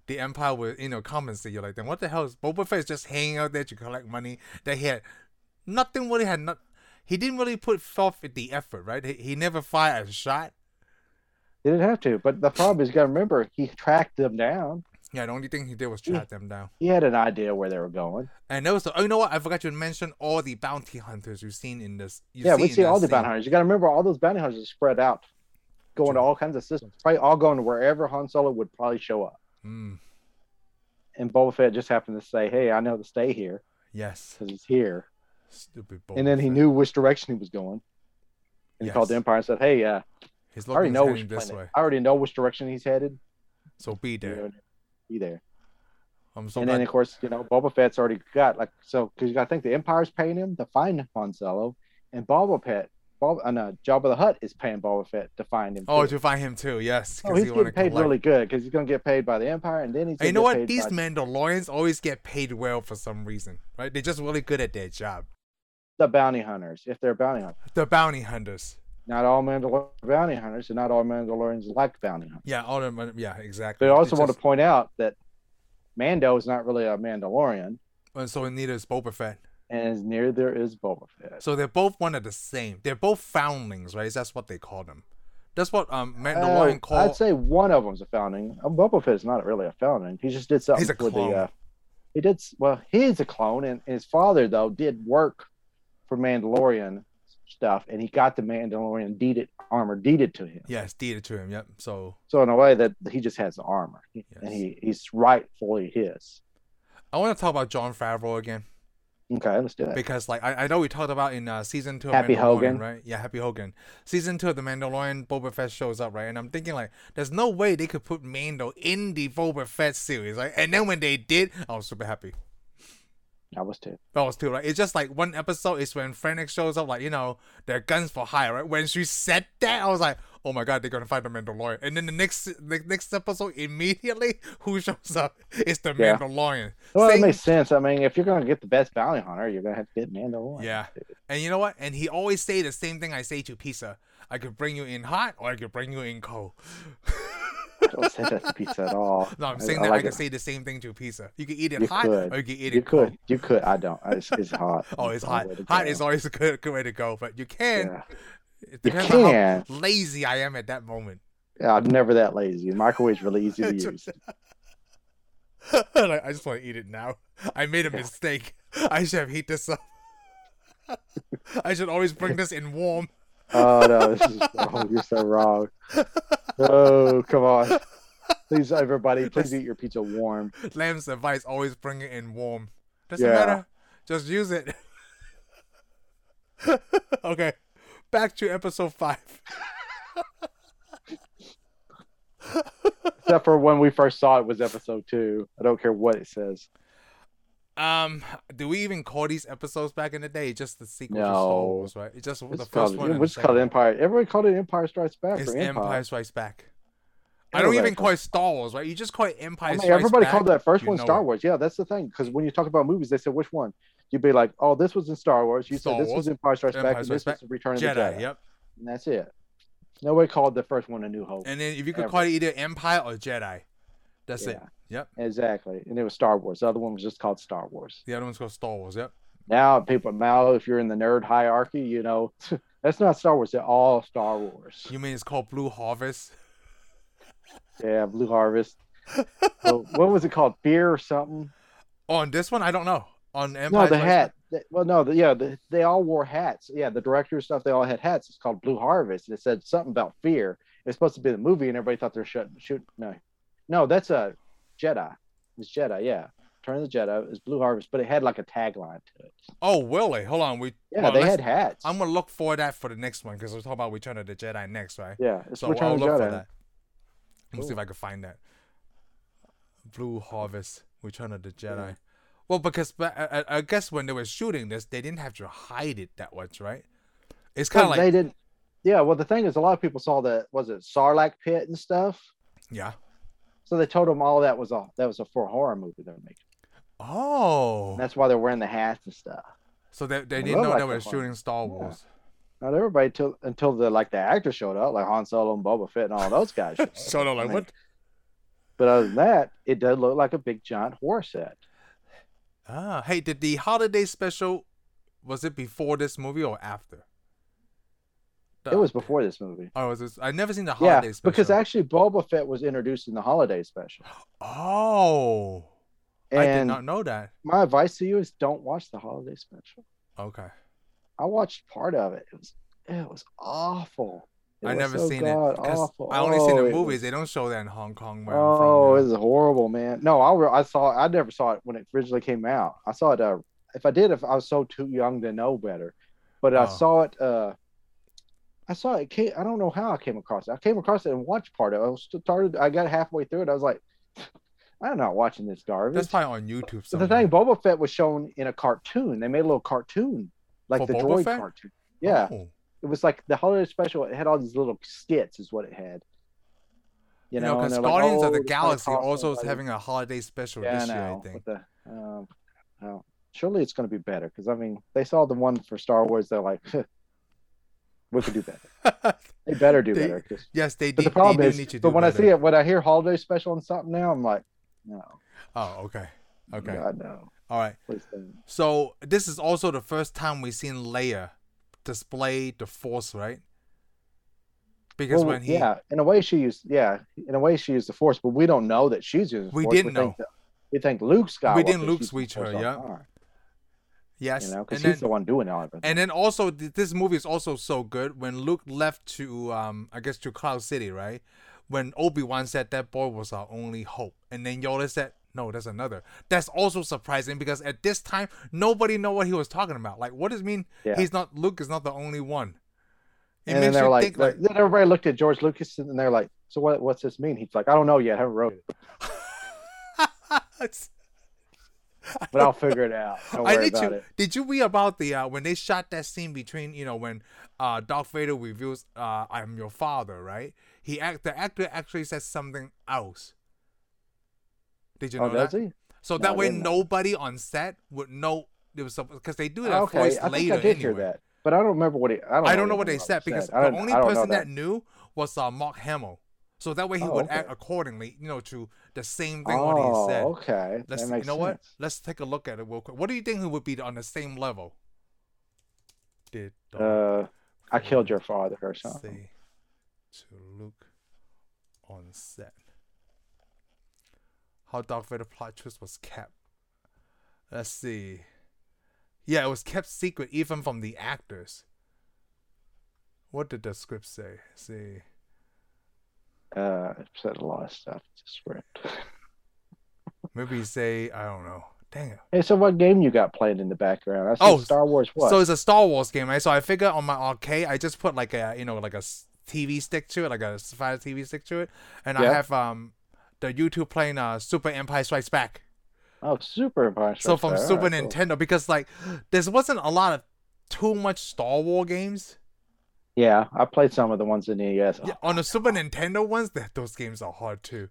The Empire will, you know, compensate you like then what the hell is Boba Fett is just hanging out there to collect money that he had nothing really had not he didn't really put forth the effort, right? He, he never fired a shot.
he didn't have to, but the problem is, you got to remember, he tracked them down.
Yeah, the only thing he did was
Yeah.
track them down.
He had an idea where they were going.
And also, oh, you know what? I forgot to mention all the bounty hunters you've seen in this. You've
yeah, we
seen in
see
that
all the bounty
scene.
hunters. You got to remember, all those bounty hunters are spread out, going to
True.
all kinds of systems. Probably all going to wherever Han Solo would probably show up.
Mm,
And Boba Fett just happened to say, "Hey, I know to stay here
yes.
because he's here."
Stupid
and then he
Boba Fett.
knew which direction he was going. And he called the
Yes.
Empire and said, "Hey, uh,
He's
I already
looking
know
heading
which
this
planet.
way.
I already know which direction he's headed.
So be
You
there.
know, Be there."
I'm so
and then,
glad.
of course, you know, Boba Fett's already got like so because you got to think the Empire's paying him to find Han Solo, and Boba Fett, Bob, uh, no, Jabba the Hutt is paying Boba Fett to find him.
Oh,
too.
to find him too. Yes.
Oh,
'cause
he's
he wanna
getting paid
collect-
really good because he's gonna get paid by the Empire, and then he's.
And
Gonna
you know
get
what?
paid
These
by-
Mandalorians always get paid well for some reason, right? They're just really good at their job.
the bounty hunters, if they're bounty hunters,
The bounty hunters.
not all Mandalorian bounty hunters, and not all Mandalorians like bounty hunters.
Yeah, all of them. Yeah, exactly.
But I also
They
want to
just-
point out that Mando is not really a Mandalorian,
and so neither is Boba Fett.
and as near there is Boba Fett.
So they're both one of the same. They're both foundlings, right? That's what they call them. That's what um
Uh,
Mandalorian
I'd
called.
say one of them's a founding. Uh, Boba Fett is not really a founding. He just did something
He's a
for
clone.
the. Uh, he did s- well. He's a clone, and his father though did work for Mandalorian stuff, and he got the Mandalorian deeded armor deeded to him.
Yes, deeded to him. Yep. So
So in a way that he just has the armor, and he, he's rightfully his.
I want to talk about John Favreau again
Okay, let's do that.
because, like, I, I know we talked about in uh, season two of
Happy
Mandalorian,
Hogan.
right? Yeah, Happy Hogan. Season two of the Mandalorian, Boba Fett shows up, right? And I'm thinking like, there's no way they could put Mando in the Boba Fett series, right? And then when they did, I was super happy.
I was too.
That was too right. It's just like one episode is when Fennec shows up, like you know, their guns for hire, right? When she said that, I was like, oh my god, they're gonna find the Mandalorian. And then the next the next episode immediately, who shows up? It's the
Yeah.
Mandalorian.
Well,
Same-
that makes sense. I mean, if you're gonna get the best bounty hunter, you're gonna have to get Mandalorian.
Yeah. And you know what? And he always say the same thing I say to Pizza. I could bring you in hot or I could bring you in cold.
I don't say that to pizza at all.
No, I'm saying
I,
that I,
like
could
it.
say the same thing to Pizza. You can eat it
You
hot
could.
or you can eat
You
it cold.
could, you could. I don't. It's, it's hot.
Oh, it's
the only
hot.
way to
Hot
go.
is always a good, good way to go, but you can.
Yeah.
It
You
depends on
can.
how lazy I am at that moment.
Yeah, I'm never that lazy. The microwave's really easy to use.
like, I just want to eat it now. I made a mistake. I should have heat this up. I should always bring this in warm.
Oh no, this is, oh, you're so wrong. Oh, come on. Please, everybody, please eat your pizza warm.
Lamb's advice: always bring it in warm. Doesn't
Yeah.
matter. Just use it. okay, back to episode five.
except for when we first saw it was episode two. I don't care what it says.
Um, do we even call these episodes back in the day just the sequel to
No.
Star Wars, right? It's just the
It's
first
called,
one. and the
we just called it
second
Empire. Everybody called it Empire Strikes Back
one. It's
or
Empire.
Empire.
Strikes Back. I don't
Anyway,
even call it Star Wars, right? You just call it Empire
I mean,
Strikes
everybody
Back.
called that first
you
one
know
Star
it.
Wars. Yeah, that's the thing. Because when you talk about movies, they said which one. You'd be like, "Oh, this was in Star Wars." You
Star
said this
Wars,
was Empire Strikes
Empire
Back, and
Strikes
this
Back,
was Return of
Jedi,
the Jedi.
Yep.
And that's it. Nobody called the first one a New Hope.
And then if you could call it either Empire or Jedi, that's it.
Yeah.
Yep.
Exactly. And it was Star Wars. The other one was just called Star Wars.
The other one's called Star Wars. Yep.
Now people now if you're in the nerd hierarchy, you know, that's not Star Wars, they're all Star Wars.
You mean it's called Blue Harvest?
Yeah, Blue Harvest. Well, what was it called? Fear or something?
On this one, I don't know. On Empire.
No, the
Strikes
hat.
Back-
The- Well, no, the, yeah, the, they all wore hats. Yeah, the director and stuff, they all had hats. It's called Blue Harvest. And it said something about fear. It's supposed to be the movie, and everybody thought they're shut, shoot. No, no, that's a Jedi. It's Jedi, yeah. Turn of the Jedi is Blue Harvest, but it had like a tagline to it.
Oh, really? Hold on. We.
Yeah,
well,
they
let's-
had hats.
I'm gonna look for that for the next one because we're talking about Return of the Jedi next, right?
yeah, it's
so
Return
I'll
of the
look for
Jedi.
that. Let me see
Cool.
if I can find that. Blue Harvest, Return of the Jedi. Well, because but I, I I guess when they were shooting this, they didn't have to hide it that much, right? It's kind of
Well,
like
they did. Yeah, well, the thing is, a lot of people saw that was it Sarlacc pit and stuff.
yeah.
So they told them all that was a that was a for horror movie they were making.
Oh,
And that's why they're wearing the hats and stuff.
so they, they
I
didn't know
love
they
Echo
were
Farm.
shooting Star
Yeah.
Wars.
Not everybody till until the like the actors showed up, like Han Solo and Boba Fett and all those guys. showed up.
So they're
I
like,
mean,
what?
But other than that, it does look like a big giant horror set.
Ah, hey, did the holiday special was it before this movie or after? The-
It was before this movie.
Oh, was this? I never seen the
Yeah,
holiday special.
because actually Boba Fett was introduced in the holiday special.
Oh, I did
And
not know that.
my advice to you is don't watch the holiday special.
Okay.
I watched part of it. It was it was awful. It
I
was
never
so
seen it because
god-awful.
I only seen
Oh,
the
it
movies.
was-
They don't show that in Hong Kong where I'm from.
Oh,
man.
it was horrible, man. No, I, re- I saw I never saw it when it originally came out. I saw it. Uh, if I did, if I was so too young to know better, but
Oh.
I saw it. Uh, I saw it. Came, I don't know how I came across it. I came across it and watched part of it. I was started. I got halfway through it. I was like, I'm not watching this garbage.
That's probably on YouTube.
But the
Somewhere.
thing, Boba Fett was shown in a cartoon. They made a little cartoon, like
For
the
Boba
droid
Fett?
cartoon. Yeah,
Oh.
it was like the holiday special. It had all these little skits, is what it had. You,
You know,
and
because
they're like,
Guardians
"Oh,
of the
it's gonna
Galaxy
cost
also is
somebody."
having a holiday special
yeah,
this
I
year, I
know,
think.
but the- um, well, surely it's going to be better because I mean, they saw the one for Star Wars. They're like, we could do better. They better do
They-
better. 'cause-
yes, they
but
did.
the problem
they
is,
do need to
but
do
when I
better.
see it, when I hear holiday special and something now, I'm like, no,
Oh, okay. Okay.
God, no,
All right.
please don't.
So this is also the first time we've seen Leia display the Force, right? Because
Well,
when he
yeah, in a way she used, yeah, in a way she used the Force, but we don't know that she's using. The
We
Force.
didn't
think that- we think Luke Skywalker.
didn't
used
Luke
the
switch
Force
her,
all the
yeah.
time,
yes,
You know,
and
because
then
he's the one doing all of it.
And then also, th- this movie is also so good. When Luke left to, um, I guess to Cloud City, right? When Obi Wan said that boy was our only hope, and then Yoda said, "No, that's another." That's also surprising because at this time, nobody know what he was talking about. Like, what does it mean?
Yeah.
He's not Luke is not the only one. It
and then
makes
they're
you
like,
think like,
then everybody looked at George Lucas and they're like, so what? What's this mean? He's like, I don't know yet. I haven't wrote it, but I'll figure it out. Don't
I
worry
did
about
you
it.
did you read about the uh, when they shot that scene between you know when uh Darth Vader reveals uh I'm your father right he act the actor actually says something else. Did you know
oh, does
that?
he?
So
No,
that
I
way
didn't know.
nobody on set would know there was because they do that
Okay,
voice
I think
later
I did
anyway.
hear that, but I don't remember what he. I don't.
I don't know
even
what they said
he
because
I
the
don't-
only
I don't know
person that.
that.
knew was uh, Mark Hamill. So that way he
Oh,
would
okay.
act accordingly, you know, to the same thing what
Oh,
he said.
okay.
Let's
that
you know
makes
what?
sense.
Let's take a look at it real quick. What do you think it would be on the same level? Did Darth
Uh, I killed your
Vader
father or something.
say to Luke on set? How Darth Vader plot twist was kept. Let's see. Yeah, it was kept secret even from the actors. What did the script say? see.
Uh, it said a lot of stuff. It's a script.
Maybe say I don't know. Dang it.
Hey, so what game you got playing in the background? I said
Oh,
Star Wars. What?
So it's a Star Wars game, right? So I figure on my arcade, I just put like a you know like a s- TV stick to it, like a Fire TV stick to it, and I
Yeah.
have um the YouTube playing uh Super Empire Strikes Back.
Oh, Super Empire.
So
Strikes
from
Back. All
Super
right, cool.
Nintendo, because like there wasn't a lot of too much Star Wars games.
Yeah, I played some of the ones in the uh, NES.
Yeah, on the Super Nintendo ones, th- those games are hard too.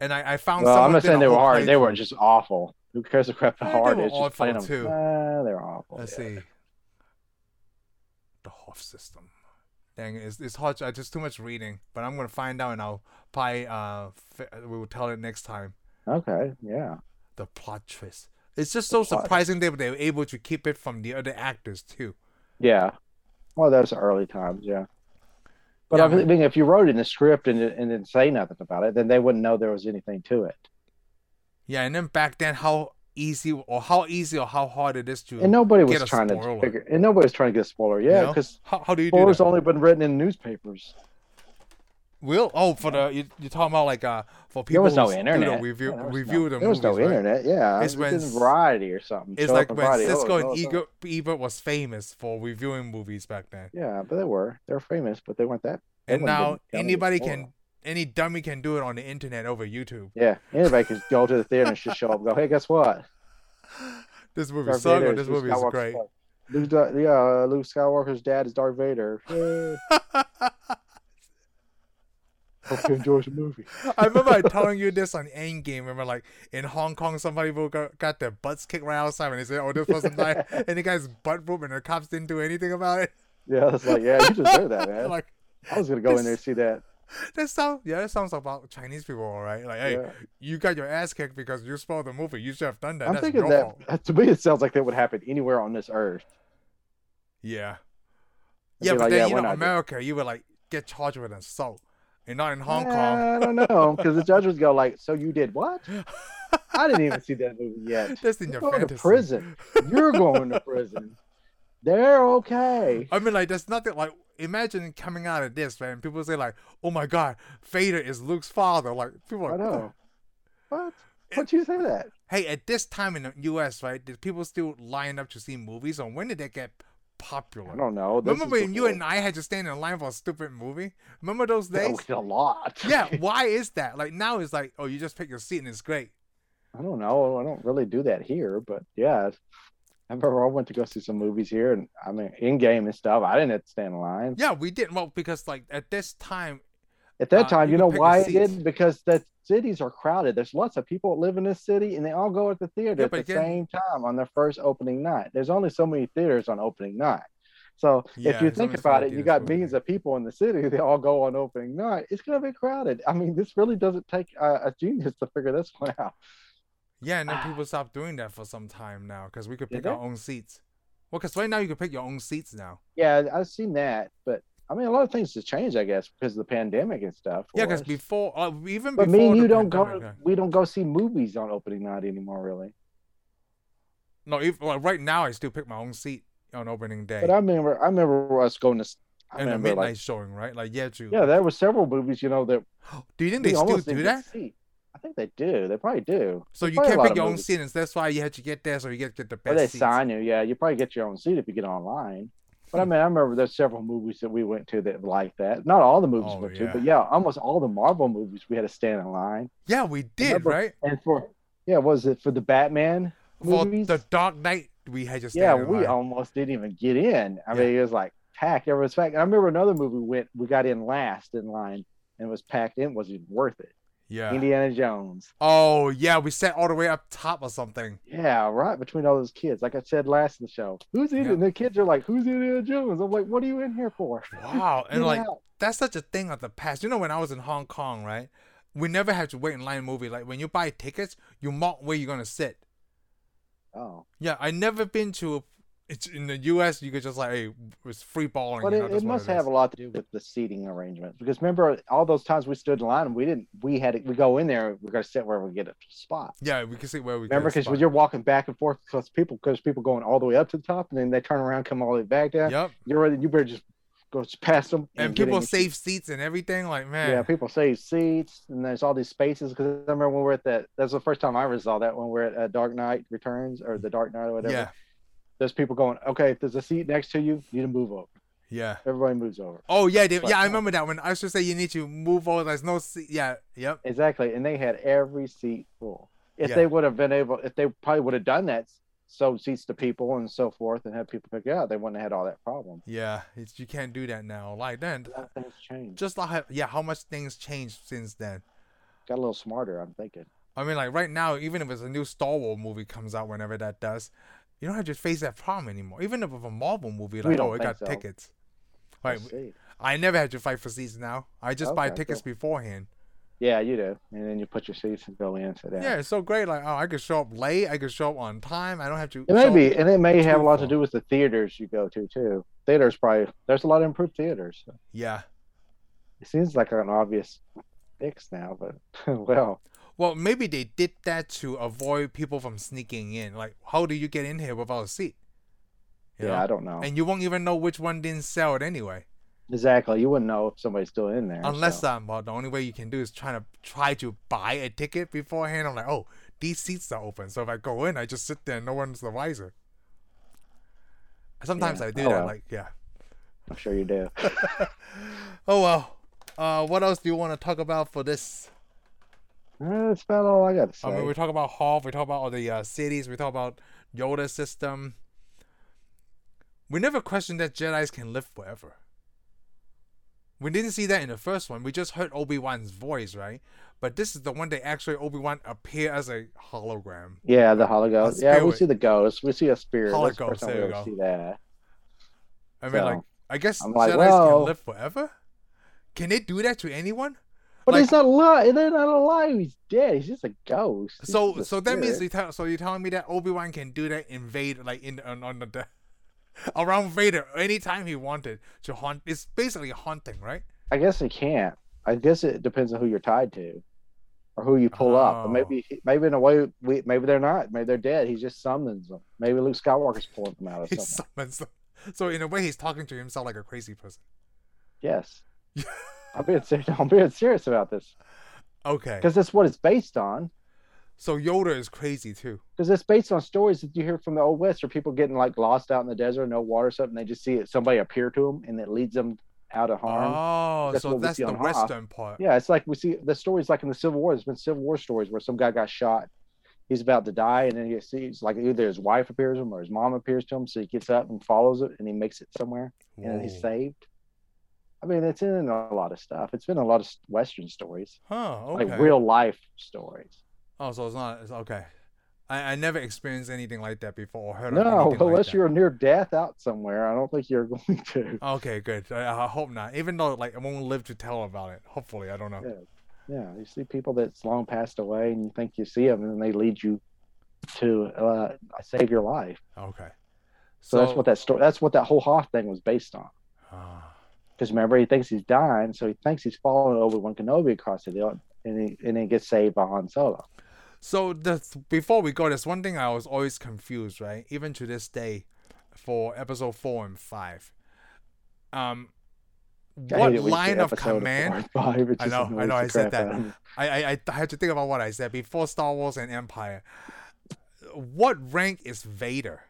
And I, I found
well,
someone
I'm not
did
saying
a
they were
whole
hard. They were
playthrough.
just awful. Who cares the crap
Yeah,
how
they
hard
were
it is? Just playing them.
awful, too.
Uh, they're awful.
Let's
yeah.
see. The Hoff system. Dang, it's, it's hard. to- I just too much reading, but I'm gonna find out, and I'll probably uh fi- we will tell it next time.
Okay, yeah.
The plot twist. It's just so
plot.
surprising they they were able to keep it from the other actors too.
Yeah. Well, those are early times, yeah. But
Yeah,
I
I mean-
mean, if you wrote in the script and, and didn't say nothing about it, then they wouldn't know there was anything to it.
Yeah, and then back then, how easy or how easy or how hard it is to
And nobody was
Get a
trying to
spoiler.
figure, and nobody was trying to get a spoiler, yeah,
you know?
because
how, how do you do
spoilers
that?
only been written in newspapers.
Will oh for the you, you're talking about like uh for
There
people
was
who
no
s- do the
internet.
review
Yeah, there was
review
no,
the
There was no
movies, right?
internet. Yeah,
It's
it's
when
when
s-
Variety or something.
It's
show up
like
in
when
Variety, oh,
Cisco
no,
and
it's not-
Ebert, Ebert was famous for reviewing movies back then.
Yeah, but they were they're famous, but they weren't that. they
and
wouldn't have
now
been famous
anybody
before.
can any dummy can do it on the internet over youtube
Yeah, anybody can go to the theater and just show up and go, hey, guess what?
this movie
Darth
sucks
Vader
or
is
this
Luke
movie is
Skywalker's
great
father. Luke, Da- yeah, uh, Luke Skywalker's dad is Darth Vader. Yay. Hope you enjoy the movie.
i remember telling you this on endgame remember like in hong kong somebody who got, got their butts kicked right outside and they said oh this person died and the guy's butt whooped and the cops didn't do anything about it
Yeah, it's like, yeah, you deserve that, man.
like
I was gonna go in there and see that.
that sounds yeah that sounds about chinese people all right like hey
Yeah.
you got your ass kicked because you spoiled the movie you should have done that
I'm
That's
thinking
your
that
fault.
to me, it sounds like that would happen anywhere on this earth.
Yeah.
They'd
Yeah,
be
but
like,
then
"Yeah,
you
we're
know,
not doing-"
America, you would like get charged with assault, and not in Hong
I don't know because the judge would go like, "So you did what?
Kong.
I didn't even see that movie yet.
That's in your
You're going
fantasy.
to prison. You're going to prison. They're okay.
I mean, like, there's nothing like. Imagine coming out of this, man. People say like, "Oh my God, Vader is Luke's father." Like, people are.
I
like, Oh, "What the-"
know. What? What'd you say that?
Hey, at this time in the U.S., right? Did people still line up to see movies, or when did they get popular?
I don't know. This
Remember
is
when you
before-
and I had to stand in line for a stupid movie? Remember those
That
days?
was a lot.
yeah. Why is that? Like now, it's like, oh, you just pick your seat and it's great.
I don't know. I don't really do that here, but yeah. I remember I went to go see some movies here, and I mean, in game and stuff. I didn't have to stand in line
Yeah, we did. Well, because like at this time,
at
Uh,
that time.
you
You
could
know
pick your
why it
seats.
did? Because the cities are crowded. There's lots of people that live in this city, and they all go at the theater
Yeah,
at
but
the
again-
same time on their first opening night. There's only so many theaters on opening night. So
Yeah,
if you
there's
think
only so
about
many
it, you
theaters
got
for opening
millions
night.
of people in the city. They all go on opening night. It's gonna be crowded. I mean, this really doesn't take a, a genius to figure this one out.
yeah, and then people stopped doing that for some time now because we could
Did
pick our
they?
own seats. Well, because right now you can pick your own seats now.
Yeah, I've seen that, but I mean, a lot of things have changed, I guess, because of the pandemic and stuff.
Yeah,
for
because
us.
before, uh, even
but
before
me and
the
you don't go.
pandemic, uh, yeah.
We don't go see movies on opening night anymore, really.
No, even, like, right now I still pick my own seat on opening day
But I remember, I remember us going to. s- I
and a
remember,
midnight
like,
showing, right? Like, yeah, true.
yeah, there were several movies, you know, that
Do you think
we
they still
almost didn't
do
get
that?
to see. I think they do. They probably do.
So you
play a
can't
lot
pick
of
your own
movies.
seat, and that's why you had to get there, so you get get the
Or
best
they
seats.
sign you. Yeah, you probably get your own seat if you get online. But I
Hmm.
mean, I remember there's several movies that we went to that were like that. Not all the movies
Oh,
went
yeah.
to, but yeah, almost all the Marvel movies we had to stand in line.
Yeah, we did,
Remember-
right?
And for yeah, what was it for the Batman movies?
For the Dark Knight, we had to stand
yeah,
in
we
line.
almost didn't even get in. I
Yeah.
mean, it was like packed. Everyone was packed. I remember another movie we went we got in last in line and was packed in. Was even worth it?
yeah.
Indiana Jones.
Oh yeah, we sat all the way up top or something.
Yeah, right between all those kids. Like I said last in the show, who's in
Yeah.
it? And the kids are like, "Who's Indiana Jones?" I'm like, "What are you in here for?"
Wow, and
Get
like
out.
that's such a thing of the past. You know, when I was in Hong Kong, right? We never had to wait in line in movie. Like when you buy tickets, you mark where you're gonna sit.
oh,
Yeah, I never been to. A, it's in the U.S. You could just like, hey, it's free balling.
but
you know,
it,
that's
it
what
must
is.
have a lot to do with the seating arrangements because remember all those times we stood in line and we didn't. We had to, we go in there. We're gonna sit where we get a spot.
Yeah, we can see where we. get a
Remember, because
spot.
when you're walking back and forth, because people, because people going all the way up to the top, and then they turn around, come all the way back down.
Yep,
You're ready. You better just go past them.
and
get in
people
your seat.
save seats and everything. Like man,
Yeah, people save seats, and there's all these spaces. Because I remember when we were at that. That's the first time I ever saw that when we we're at uh, Dark Knight Returns or the Dark Knight or whatever.
yeah,
There's people going, okay, if there's a seat next to you, you need to move over.
Yeah.
Everybody moves over.
Oh yeah, they, yeah. I
Platform.
remember that one. I should say you need to move over. There's no seat. Yeah. Yep.
Exactly, and they had every seat full. If
Yeah.
they would have been able, if they probably would have done that, sold seats to people and so forth, and had people pick it out, they wouldn't have had all that problem.
Yeah. It's, you can't do that now. Like then,
A lot of things changed.
just like how- yeah, how much things changed since then.
Got a little smarter, I'm thinking.
I mean, like right now, even if it's a new Star Wars movie comes out, whenever that does, you don't have to face that problem anymore. Even if it's a Marvel movie, like
don't
oh, it
think
got
so.
tickets.
We'll
Right.
see.
I never had to fight for seats now. I just buy
Okay,
tickets beforehand.
Yeah, you do, and then you put your seats and go in. So that.
Yeah, it's so great. Like, oh, I could show up late. I could show up on time. I don't have to.
It may
show-
be, and it may have a lot to
Beautiful.
do with the theaters you go to too. Theaters probably there's a lot of improved theaters.
Yeah.
It seems like an obvious fix now, but well,
Well, maybe they did that to avoid people from sneaking in. Like, how do you get in here without a seat? You
yeah,
know?
I don't know
and you won't even know which one didn't sell it anyway.
exactly. You wouldn't know if somebody's still in there
Unless
so.
um, well, the only way you can do is trying to try to buy a ticket beforehand. I'm like, oh, these seats are open, so if I go in, I just sit there, and no one's the wiser. Sometimes
Yeah.
I do
Oh,
that.
well.
Like, yeah.
I'm sure you do. Eh,
Oh well. Uh, what else do you want to talk about for this?
Uh, That's about all I got to say.
I mean, we talk about Hoth, we talk about all the uh, cities, we talk about Yoda system. We never questioned that Jedi's can live forever. We didn't see that in the first one. We just heard Obi Wan's voice, right? But this is the one that actually Obi Wan appear as a hologram.
yeah, the holocaust. Yeah, we
spirit.
see the ghost. We see a spirit. That's the
Holocaust,
first time
there
we
you
ever
go.
see that.
I mean,
So,
like, I guess
I'm like,
Jedi's
well-
can live forever. Can they do that to anyone?
But
Like-
he's not alive. They're not alive. He's dead. He's just a ghost. He's
So,
just a
so that means
spirit.
you tell, so you're telling me that Obi Wan can do that invade like in on, on the- the around Vader anytime he wanted to haunt. It's basically haunting, right?
I guess he can't. I guess it depends on who you're tied to, or who you pull up.
Oh.
But maybe, maybe in a way, we, maybe they're not. Maybe they're dead. He just summons them. Maybe Luke Skywalker's pulling them out or
He
something.
summons them. So in a way, he's talking to himself like a crazy person.
yes. I'm being serious. I'm being serious about this
Okay.
because that's what it's based on.
So Yoda is crazy too.
Because it's based on stories that you hear from the old west, or people getting like lost out in the desert, no water, or something. They just see it, somebody appear to them, and it leads them out of harm.
Oh,
That's
so
what we
that's
see
the
on Hoth.
Western part.
Yeah, it's like we see the stories like in the Civil War. There's been Civil War stories where some guy got shot, he's about to die, and then he sees like either his wife appears to him or his mom appears to him. So he gets up and follows it, and he makes it somewhere, and then he's
Whoa.
saved. I mean, it's in a lot of stuff. It's been a lot of Western stories,
Huh. Okay.
like real life stories.
Oh, so it's not. It's okay. I, I never experienced anything like that before or heard of
no,
anything like
unless
that.
you're near death out somewhere, I don't think you're going to.
Okay, good. I, I hope not. Even though, like, I won't live to tell about it. Hopefully, I don't know.
Yeah. Yeah, you see people that's long passed away, and you think you see them, and then they lead you to uh, save your life.
Okay.
So, that's what that story. That's what that whole Hoth thing was based on.
Ah,
Because remember, he thinks he's dying, so he thinks he's following Obi Wan Kenobi across the hill, and he and he gets saved by Han Solo.
so that's before we go, there's one thing I was always confused, right? Even to this day, for episode four and five. Um,
I
what
hate it when you say
line of
episode
command?
four and five, it
I
just
know, I
annoys
know,
the
I said
crap out
that.
of me.
I, I I had to think about what I said before Star Wars and Empire. What rank is Vader?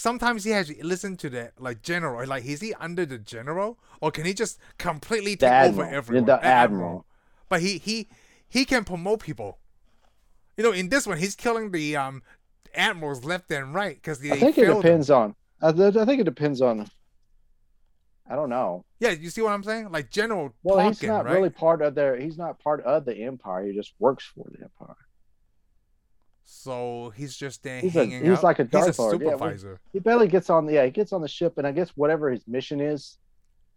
Sometimes he has to listen to the like general. Like, is he under the general, or can he just completely
The
take
admiral,
over
You're
everyone?
the admiral.
But he he he can promote people. You know, in this one, he's killing the um admirals left and right because they
I think it
failed him.
depends on. I, th- I think it depends on. I don't know.
Yeah, you see what I'm saying? Like General
Well,
Tonkin,
he's not
right?
really part of their. He's not part of the Empire. He just works for the Empire.
So he's just there
He's a-
hanging
he's
out.
like a
he's
Darth
a
Lord, yeah, we-
supervisor
He barely gets on. the Yeah, he gets on the ship, and I guess whatever his mission is,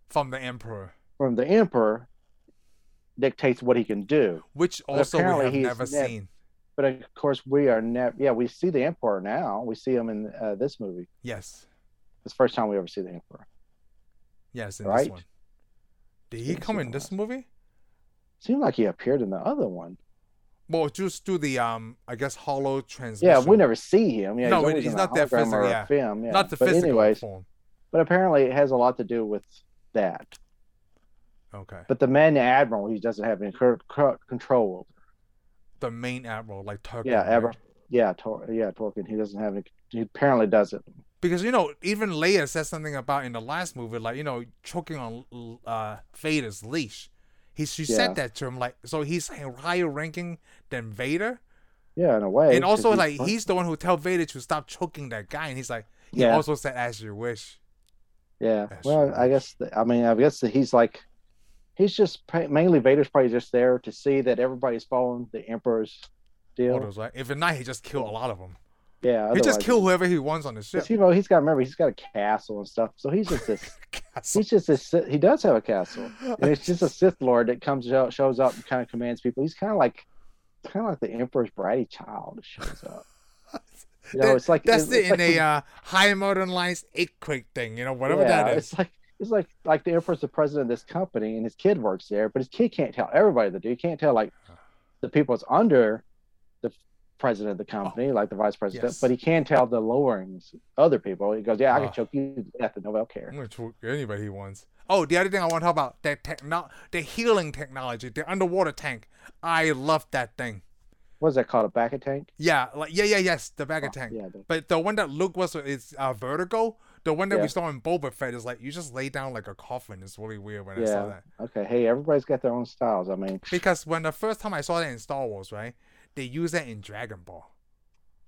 from the Emperor.
from the emperor dictates what he can do.
which
But
also we
apparently
have
he's
never
nev-
seen.
But of course, we are never. Yeah, we see the emperor now. We see him in uh, this movie.
Yes,
It's the first time we ever see the emperor.
yes, in
Right?
this one. Did
It's
he
been
come
so
in this
long.
movie?
Seemed like he appeared in the other one.
Well, just through the um, I guess hollow transmission.
Yeah, we never see him. Yeah,
No, it-
he's, always
he's
in
not
a
that
hologram
physical,
or a
yeah.
Film, yeah.
Not the
but
physical
anyways,
form.
but apparently it has a lot to do with that.
Okay,
But the man admiral, he doesn't have any cur- cur- control over.
the main admiral, like Turk.
Yeah, Admiral- Yeah, Tor- yeah, Tolkien, he doesn't have any. He apparently doesn't.
because you know even Leia says something about in the last movie, like you know choking on uh, Vader's leash. He she
Yeah.
said that to him, like so he's higher ranking than Vader,
Yeah, in a way.
and
'cause
also
he's
like
pun-
he's the one who tell Vader to stop choking that guy, and he's like he
Yeah.
also said as you wish.
Yeah.
That's
Well,
right.
I guess th- I mean I guess that he's like he's just pa- mainly Vader's probably just there to see that everybody's following the Emperor's deal.
Orders, right? If not, he just killed a lot of them.
yeah.
He just
otherwise-
killed whoever he wants on the
'cause,
ship.
you know he's got remember he's got a castle and stuff, so he's just this he's just this Sith- he does have a castle. And it's just a Sith Lord that comes out shows up and kind of commands people. He's kind of like kind of like the Emperor's bratty child that shows up. You know,
That-
it's like
That's
it's,
it
it's
in
like
a uh, high modern lines eight quick thing, you know, whatever that is.
It's like it's like like the emperor's the president of this company, and his kid works there, but his kid can't tell everybody to do. He can't tell like the people that's under the president of the company, like the vice president,
Oh. yes.
but he can tell the lowerings other people. He goes, "Yeah, I
Ah.
can choke you to death, and nobody will care."
I'm gonna choke anybody he wants. Oh, the other thing I want to talk about that techno, the healing technology, the underwater tank. I love that thing.
What's that called? A back tank?
Yeah, like yeah, yeah, yes, the bag of tank.
Yeah, the-
But the one that Luke was with is uh, vertigo. The one that
Yeah.
we saw in Boba Fett is like you just lay down like a coffin. It's really weird when I saw
Yeah.
that
okay. Hey, everybody's got their own styles. I mean,
because when the first time I saw that in Star Wars, right, they use that in Dragon Ball.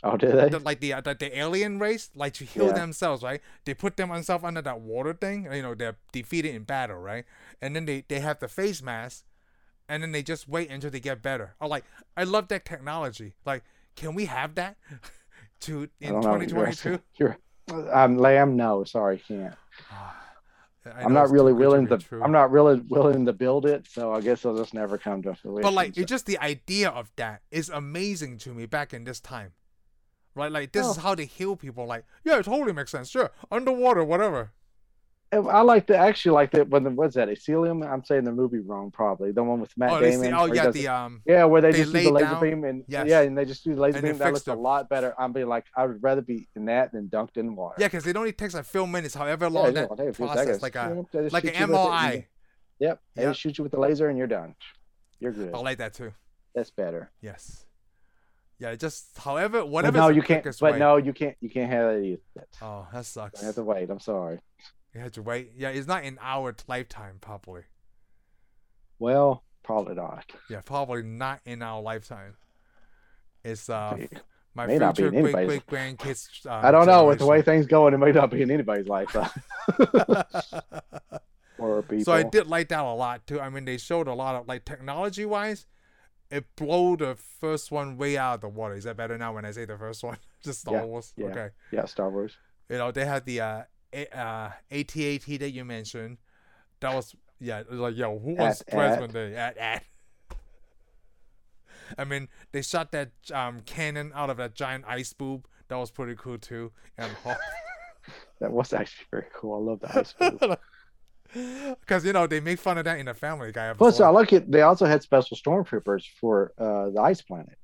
oh, do they?
the, like the, uh, the the alien race, like to heal
Yeah.
themselves, right? They put them themselves under that water thing. You know, they're defeated in battle, right? And then they they have the face mask, and then they just wait until they get better. Oh, like I love that technology. Like, can we have that to
I
in
don't know.
twenty
You're-
twenty two?
You're, I'm lamb. No, sorry, can't.
I'm
I'm not really willing to. I'm not really willing to build it, so I guess it'll just never come to fruition.
But like,
so-
it's just the idea of that is amazing to me. Back in this time, right? Like, this is
Well-
how they heal people. Like, yeah, it totally makes sense. Sure, underwater, whatever.
And I like the actually like that when the, what's that? Elysium? I'm saying the movie wrong, probably the one with Matt
oh, they see-
Damon.
oh
where he
yeah,
does
the
it-
um.
yeah, where they,
they
just do
lay
the laser
down-
beam and
yes.
yeah, and they just do the laser
And they
beam. That
fixed
looks a
them.
lot better. I'd be like, I would rather be in that than dunked in water.
Yeah, because it only takes like few minutes, however
yeah,
long
yeah,
that
take a few
process,
seconds.
like a
Yep, they just
like an
shoot you with E. it and
MRI.
you- Yep, they
Yep.
just shoot you with the laser and you're done. You're good.
I like that too.
That's better.
Yes. Yeah, just however,
But
whatever.
no, you can't. But no, you can't. You can't have that either.
Oh, that
I
sucks.
have to wait. I'm sorry.
You have to wait. Yeah, it's not in our lifetime, probably.
Well, probably not.
Yeah, probably not in our lifetime. It's uh,
It
my
may not be
future
in
great
anybody's-
great grandkids. Uh,
I don't know. With the way things going, it may not be in anybody's life. uh,
way.
or people.
So I did like that a lot too. I mean, they showed a lot of like technology wise, it blew the first one way out of the water. Is that better now when I say the first one? Just Star
Yeah,
Wars.
yeah.
Okay.
Yeah, Star Wars.
You know they had the uh, a- uh ATAT that you mentioned. That was yeah. it was Like yo, who was
At-
president day? At at. I mean, they shot that um, cannon out of that giant ice boob. That was pretty cool too. And
That was actually very cool. I love the ice cream.
because you know they make fun of that in the Family Guy episode.
Plus, I like it. They also had special stormtroopers for uh, the ice planet.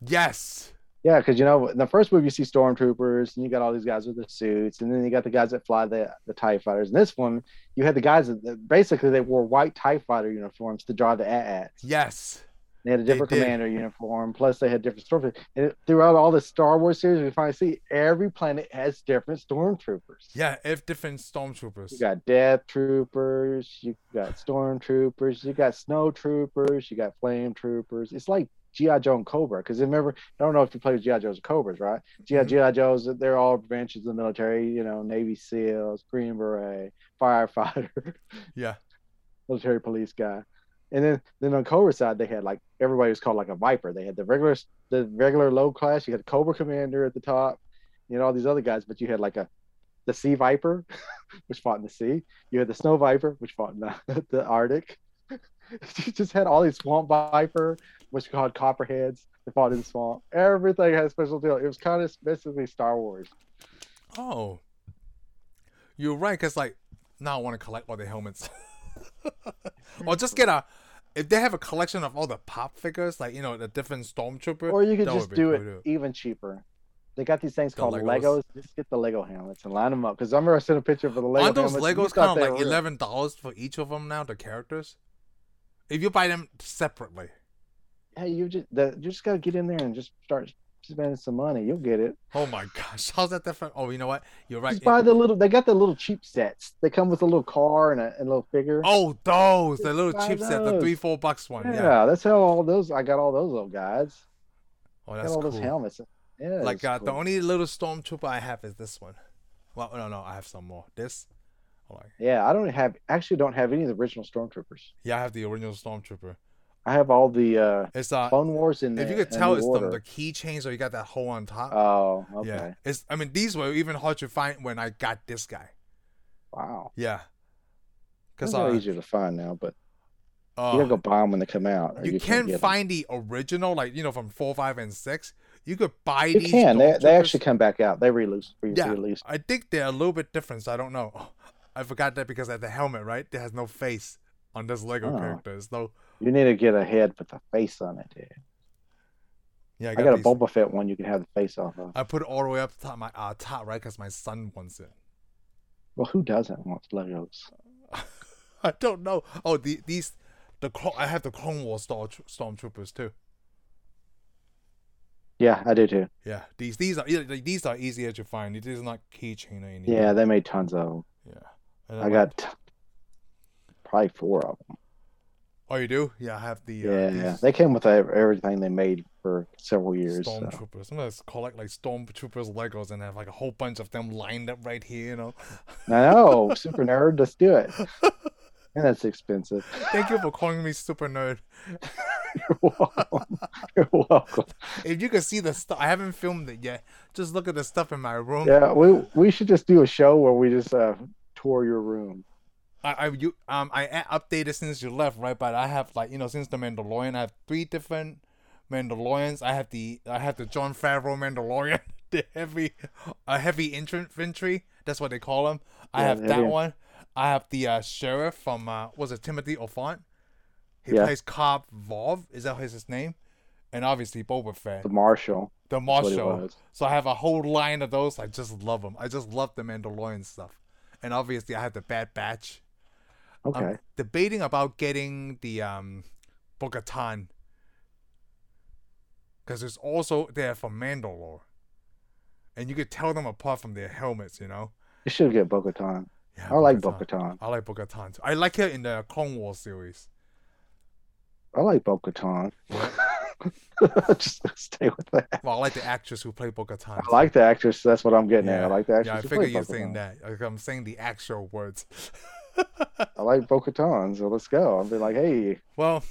yes.
Yeah, because you know in the first movie you see stormtroopers, and you got all these guys with the suits, and then you got the guys that fly the the Tie fighters. In this one, you had the guys that- that basically they wore white Tie fighter uniforms to drive the AT-ATs.
Yes.
They had a different
did.
commander uniform. Plus, they had different stormtroopers. And throughout all the Star Wars series, we finally see every planet has different stormtroopers.
Yeah, if different stormtroopers.
You got death troopers, you got stormtroopers, you got snow troopers, you got flame troopers. It's like G.I. Joe and Cobra. Because remember, I don't know if you played with G.I. Joes or Cobras, right? G.I.
Mhm.
G.I. Joes, they're all branches of the military, you know, Navy SEALs, Green Beret, firefighter,
Yeah.
military police guy. And then, then on Cobra side, they had like everybody was called like a Viper. They had the regular, the regular low class. You had Cobra Commander at the top, you know all these other guys. But you had like a the Sea Viper, which fought in the sea. You had the Snow Viper, which fought in the, the Arctic. you just had all these Swamp Viper, which called Copperheads. They fought in the swamp. Everything had a special deal. It was kind of basically Star Wars.
Oh. You're right, because, like, now I want to collect all the helmets. or just get a. If they have a collection of all the pop figures, like, you know, the different stormtrooper.
Or you could
that would
just
be
do
cool
it
too.
even cheaper. They got these things
The
called
Legos.
Legos. Just get the Lego helmets and line them up. Because I remember I sent a picture of the Lego
Aren't those
helmets. and you
Legos
thought
kind
they
of like
were real.
$11 for each of them now, the characters? If you buy them separately.
Hey, you just the, you just gotta get in there and just start spend some money, you'll get it.
Oh my gosh, how's that different? Oh, you know what? You're right.
Just buy the little. They got the little cheap sets. They come with a little car and a, and a little figure.
oh, those the
Just
little
buy
cheap set, the
those.
three four bucks one.
yeah,
Yeah.
that's how all those. I got all those little guys.
Oh,
Got
that's
all
cool.
those helmets. Yeah,
like
it's
uh, the
cool.
only little stormtrooper I have is this one. Well, no, no, I have some more. This, oh, like
Yeah, I don't have actually don't have any of the original stormtroopers.
yeah, I have the original stormtrooper.
I have all the uh
It's uh,
Clone Wars in
if you could tell, it's the, the keychains or you got that hole on top.
Oh, okay.
Yeah, it's. I mean, these were even hard to find when I got this guy.
Wow.
Yeah, because
It's
uh,
easier to find now, but
uh,
you gotta go buy them when they come out. or
you,
can't
can
get 'em.
find the original, like you know, from four, five, and six. You could buy
You
these.
can. They, they
Stormtroopers.
actually come back out. They release. Re-
Yeah.
Release.
I think they're a little bit different. So I don't know. I forgot that because at the helmet, right, there has no face on this Lego
Oh.
character. There's no.
You need to get a head with a face on it. Dude.
Yeah,
I got, a
these-
Boba Fett one. You can have the face off of.
I put it all the way up top my uh, top right because my son wants it.
Well, who doesn't want Legos?
I don't know. Oh, the, these the Clo- I have the Clone Wars Star- stormtroopers too.
Yeah, I do too.
Yeah, these these are yeah, these are easier to find. It is not keychain or anything.
Yeah, they made tons of 'em.
yeah. And
I
I'm like,
got t- probably four of them.
oh, you do? Yeah, I have the uh,
Yeah,
these
they came with ev- everything they made for several years. so.
stormtroopers. I'm gonna collect like stormtroopers Legos and have like a whole bunch of them lined up right here. You know.
I know, super nerd. Let's do it. And that's expensive.
Thank you for calling me super nerd.
You're welcome. You're welcome.
If you can see the stuff, I haven't filmed it yet. Just look at the stuff in my room.
Yeah, we we should just do a show where we just uh, tour your room.
I, I you um I a- updated since you left, right? But I have like you know since the Mandalorian, I have three different Mandalorians. I have the I have the John Favreau Mandalorian, the heavy, a heavy infan- infantry. That's what they call him. I
Yeah,
have
the
that
heavy-
one. I have the uh, sheriff from uh was it Timothy Olyphant? He
Yeah.
plays Cobb Vov. Is that his, his name? And obviously Boba Fett,
The Marshall.
the
that's what it
Marshal.
was.
So I have a whole line of those. I just love them. I just love the Mandalorian stuff. And obviously I have the Bad Batch.
Okay.
I'm debating about getting the um Bogatan. Because it's also there for Mandalore. And you could tell them apart from their helmets, you know?
you should get Bo Katan.
Yeah,
I like Bo
Bo-Katan.
Katan.
I like Bogatan. I like her in the Clone Wars series.
I like Bo Katan. just stay with that.
Well, I like the actress who played Bogatan.
I like the actress. That's what I'm getting at.
Yeah.
I like the actress.
Yeah, I
who
figure
played
you're
Bo
saying
Katan.
that. Like, I'm saying the actual words.
I like Bo Katan. So let's go. I'll be like, hey,
well,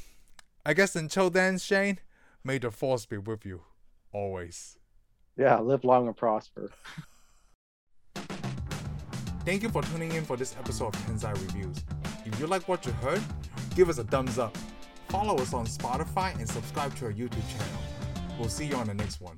I guess until then, Shane, may the force be with you always.
yeah, live long and prosper.
Thank you for tuning in for this episode of Tensai Reviews. If you like what you heard, give us a thumbs up. Follow us on Spotify and subscribe to our YouTube channel. We'll see you on the next one.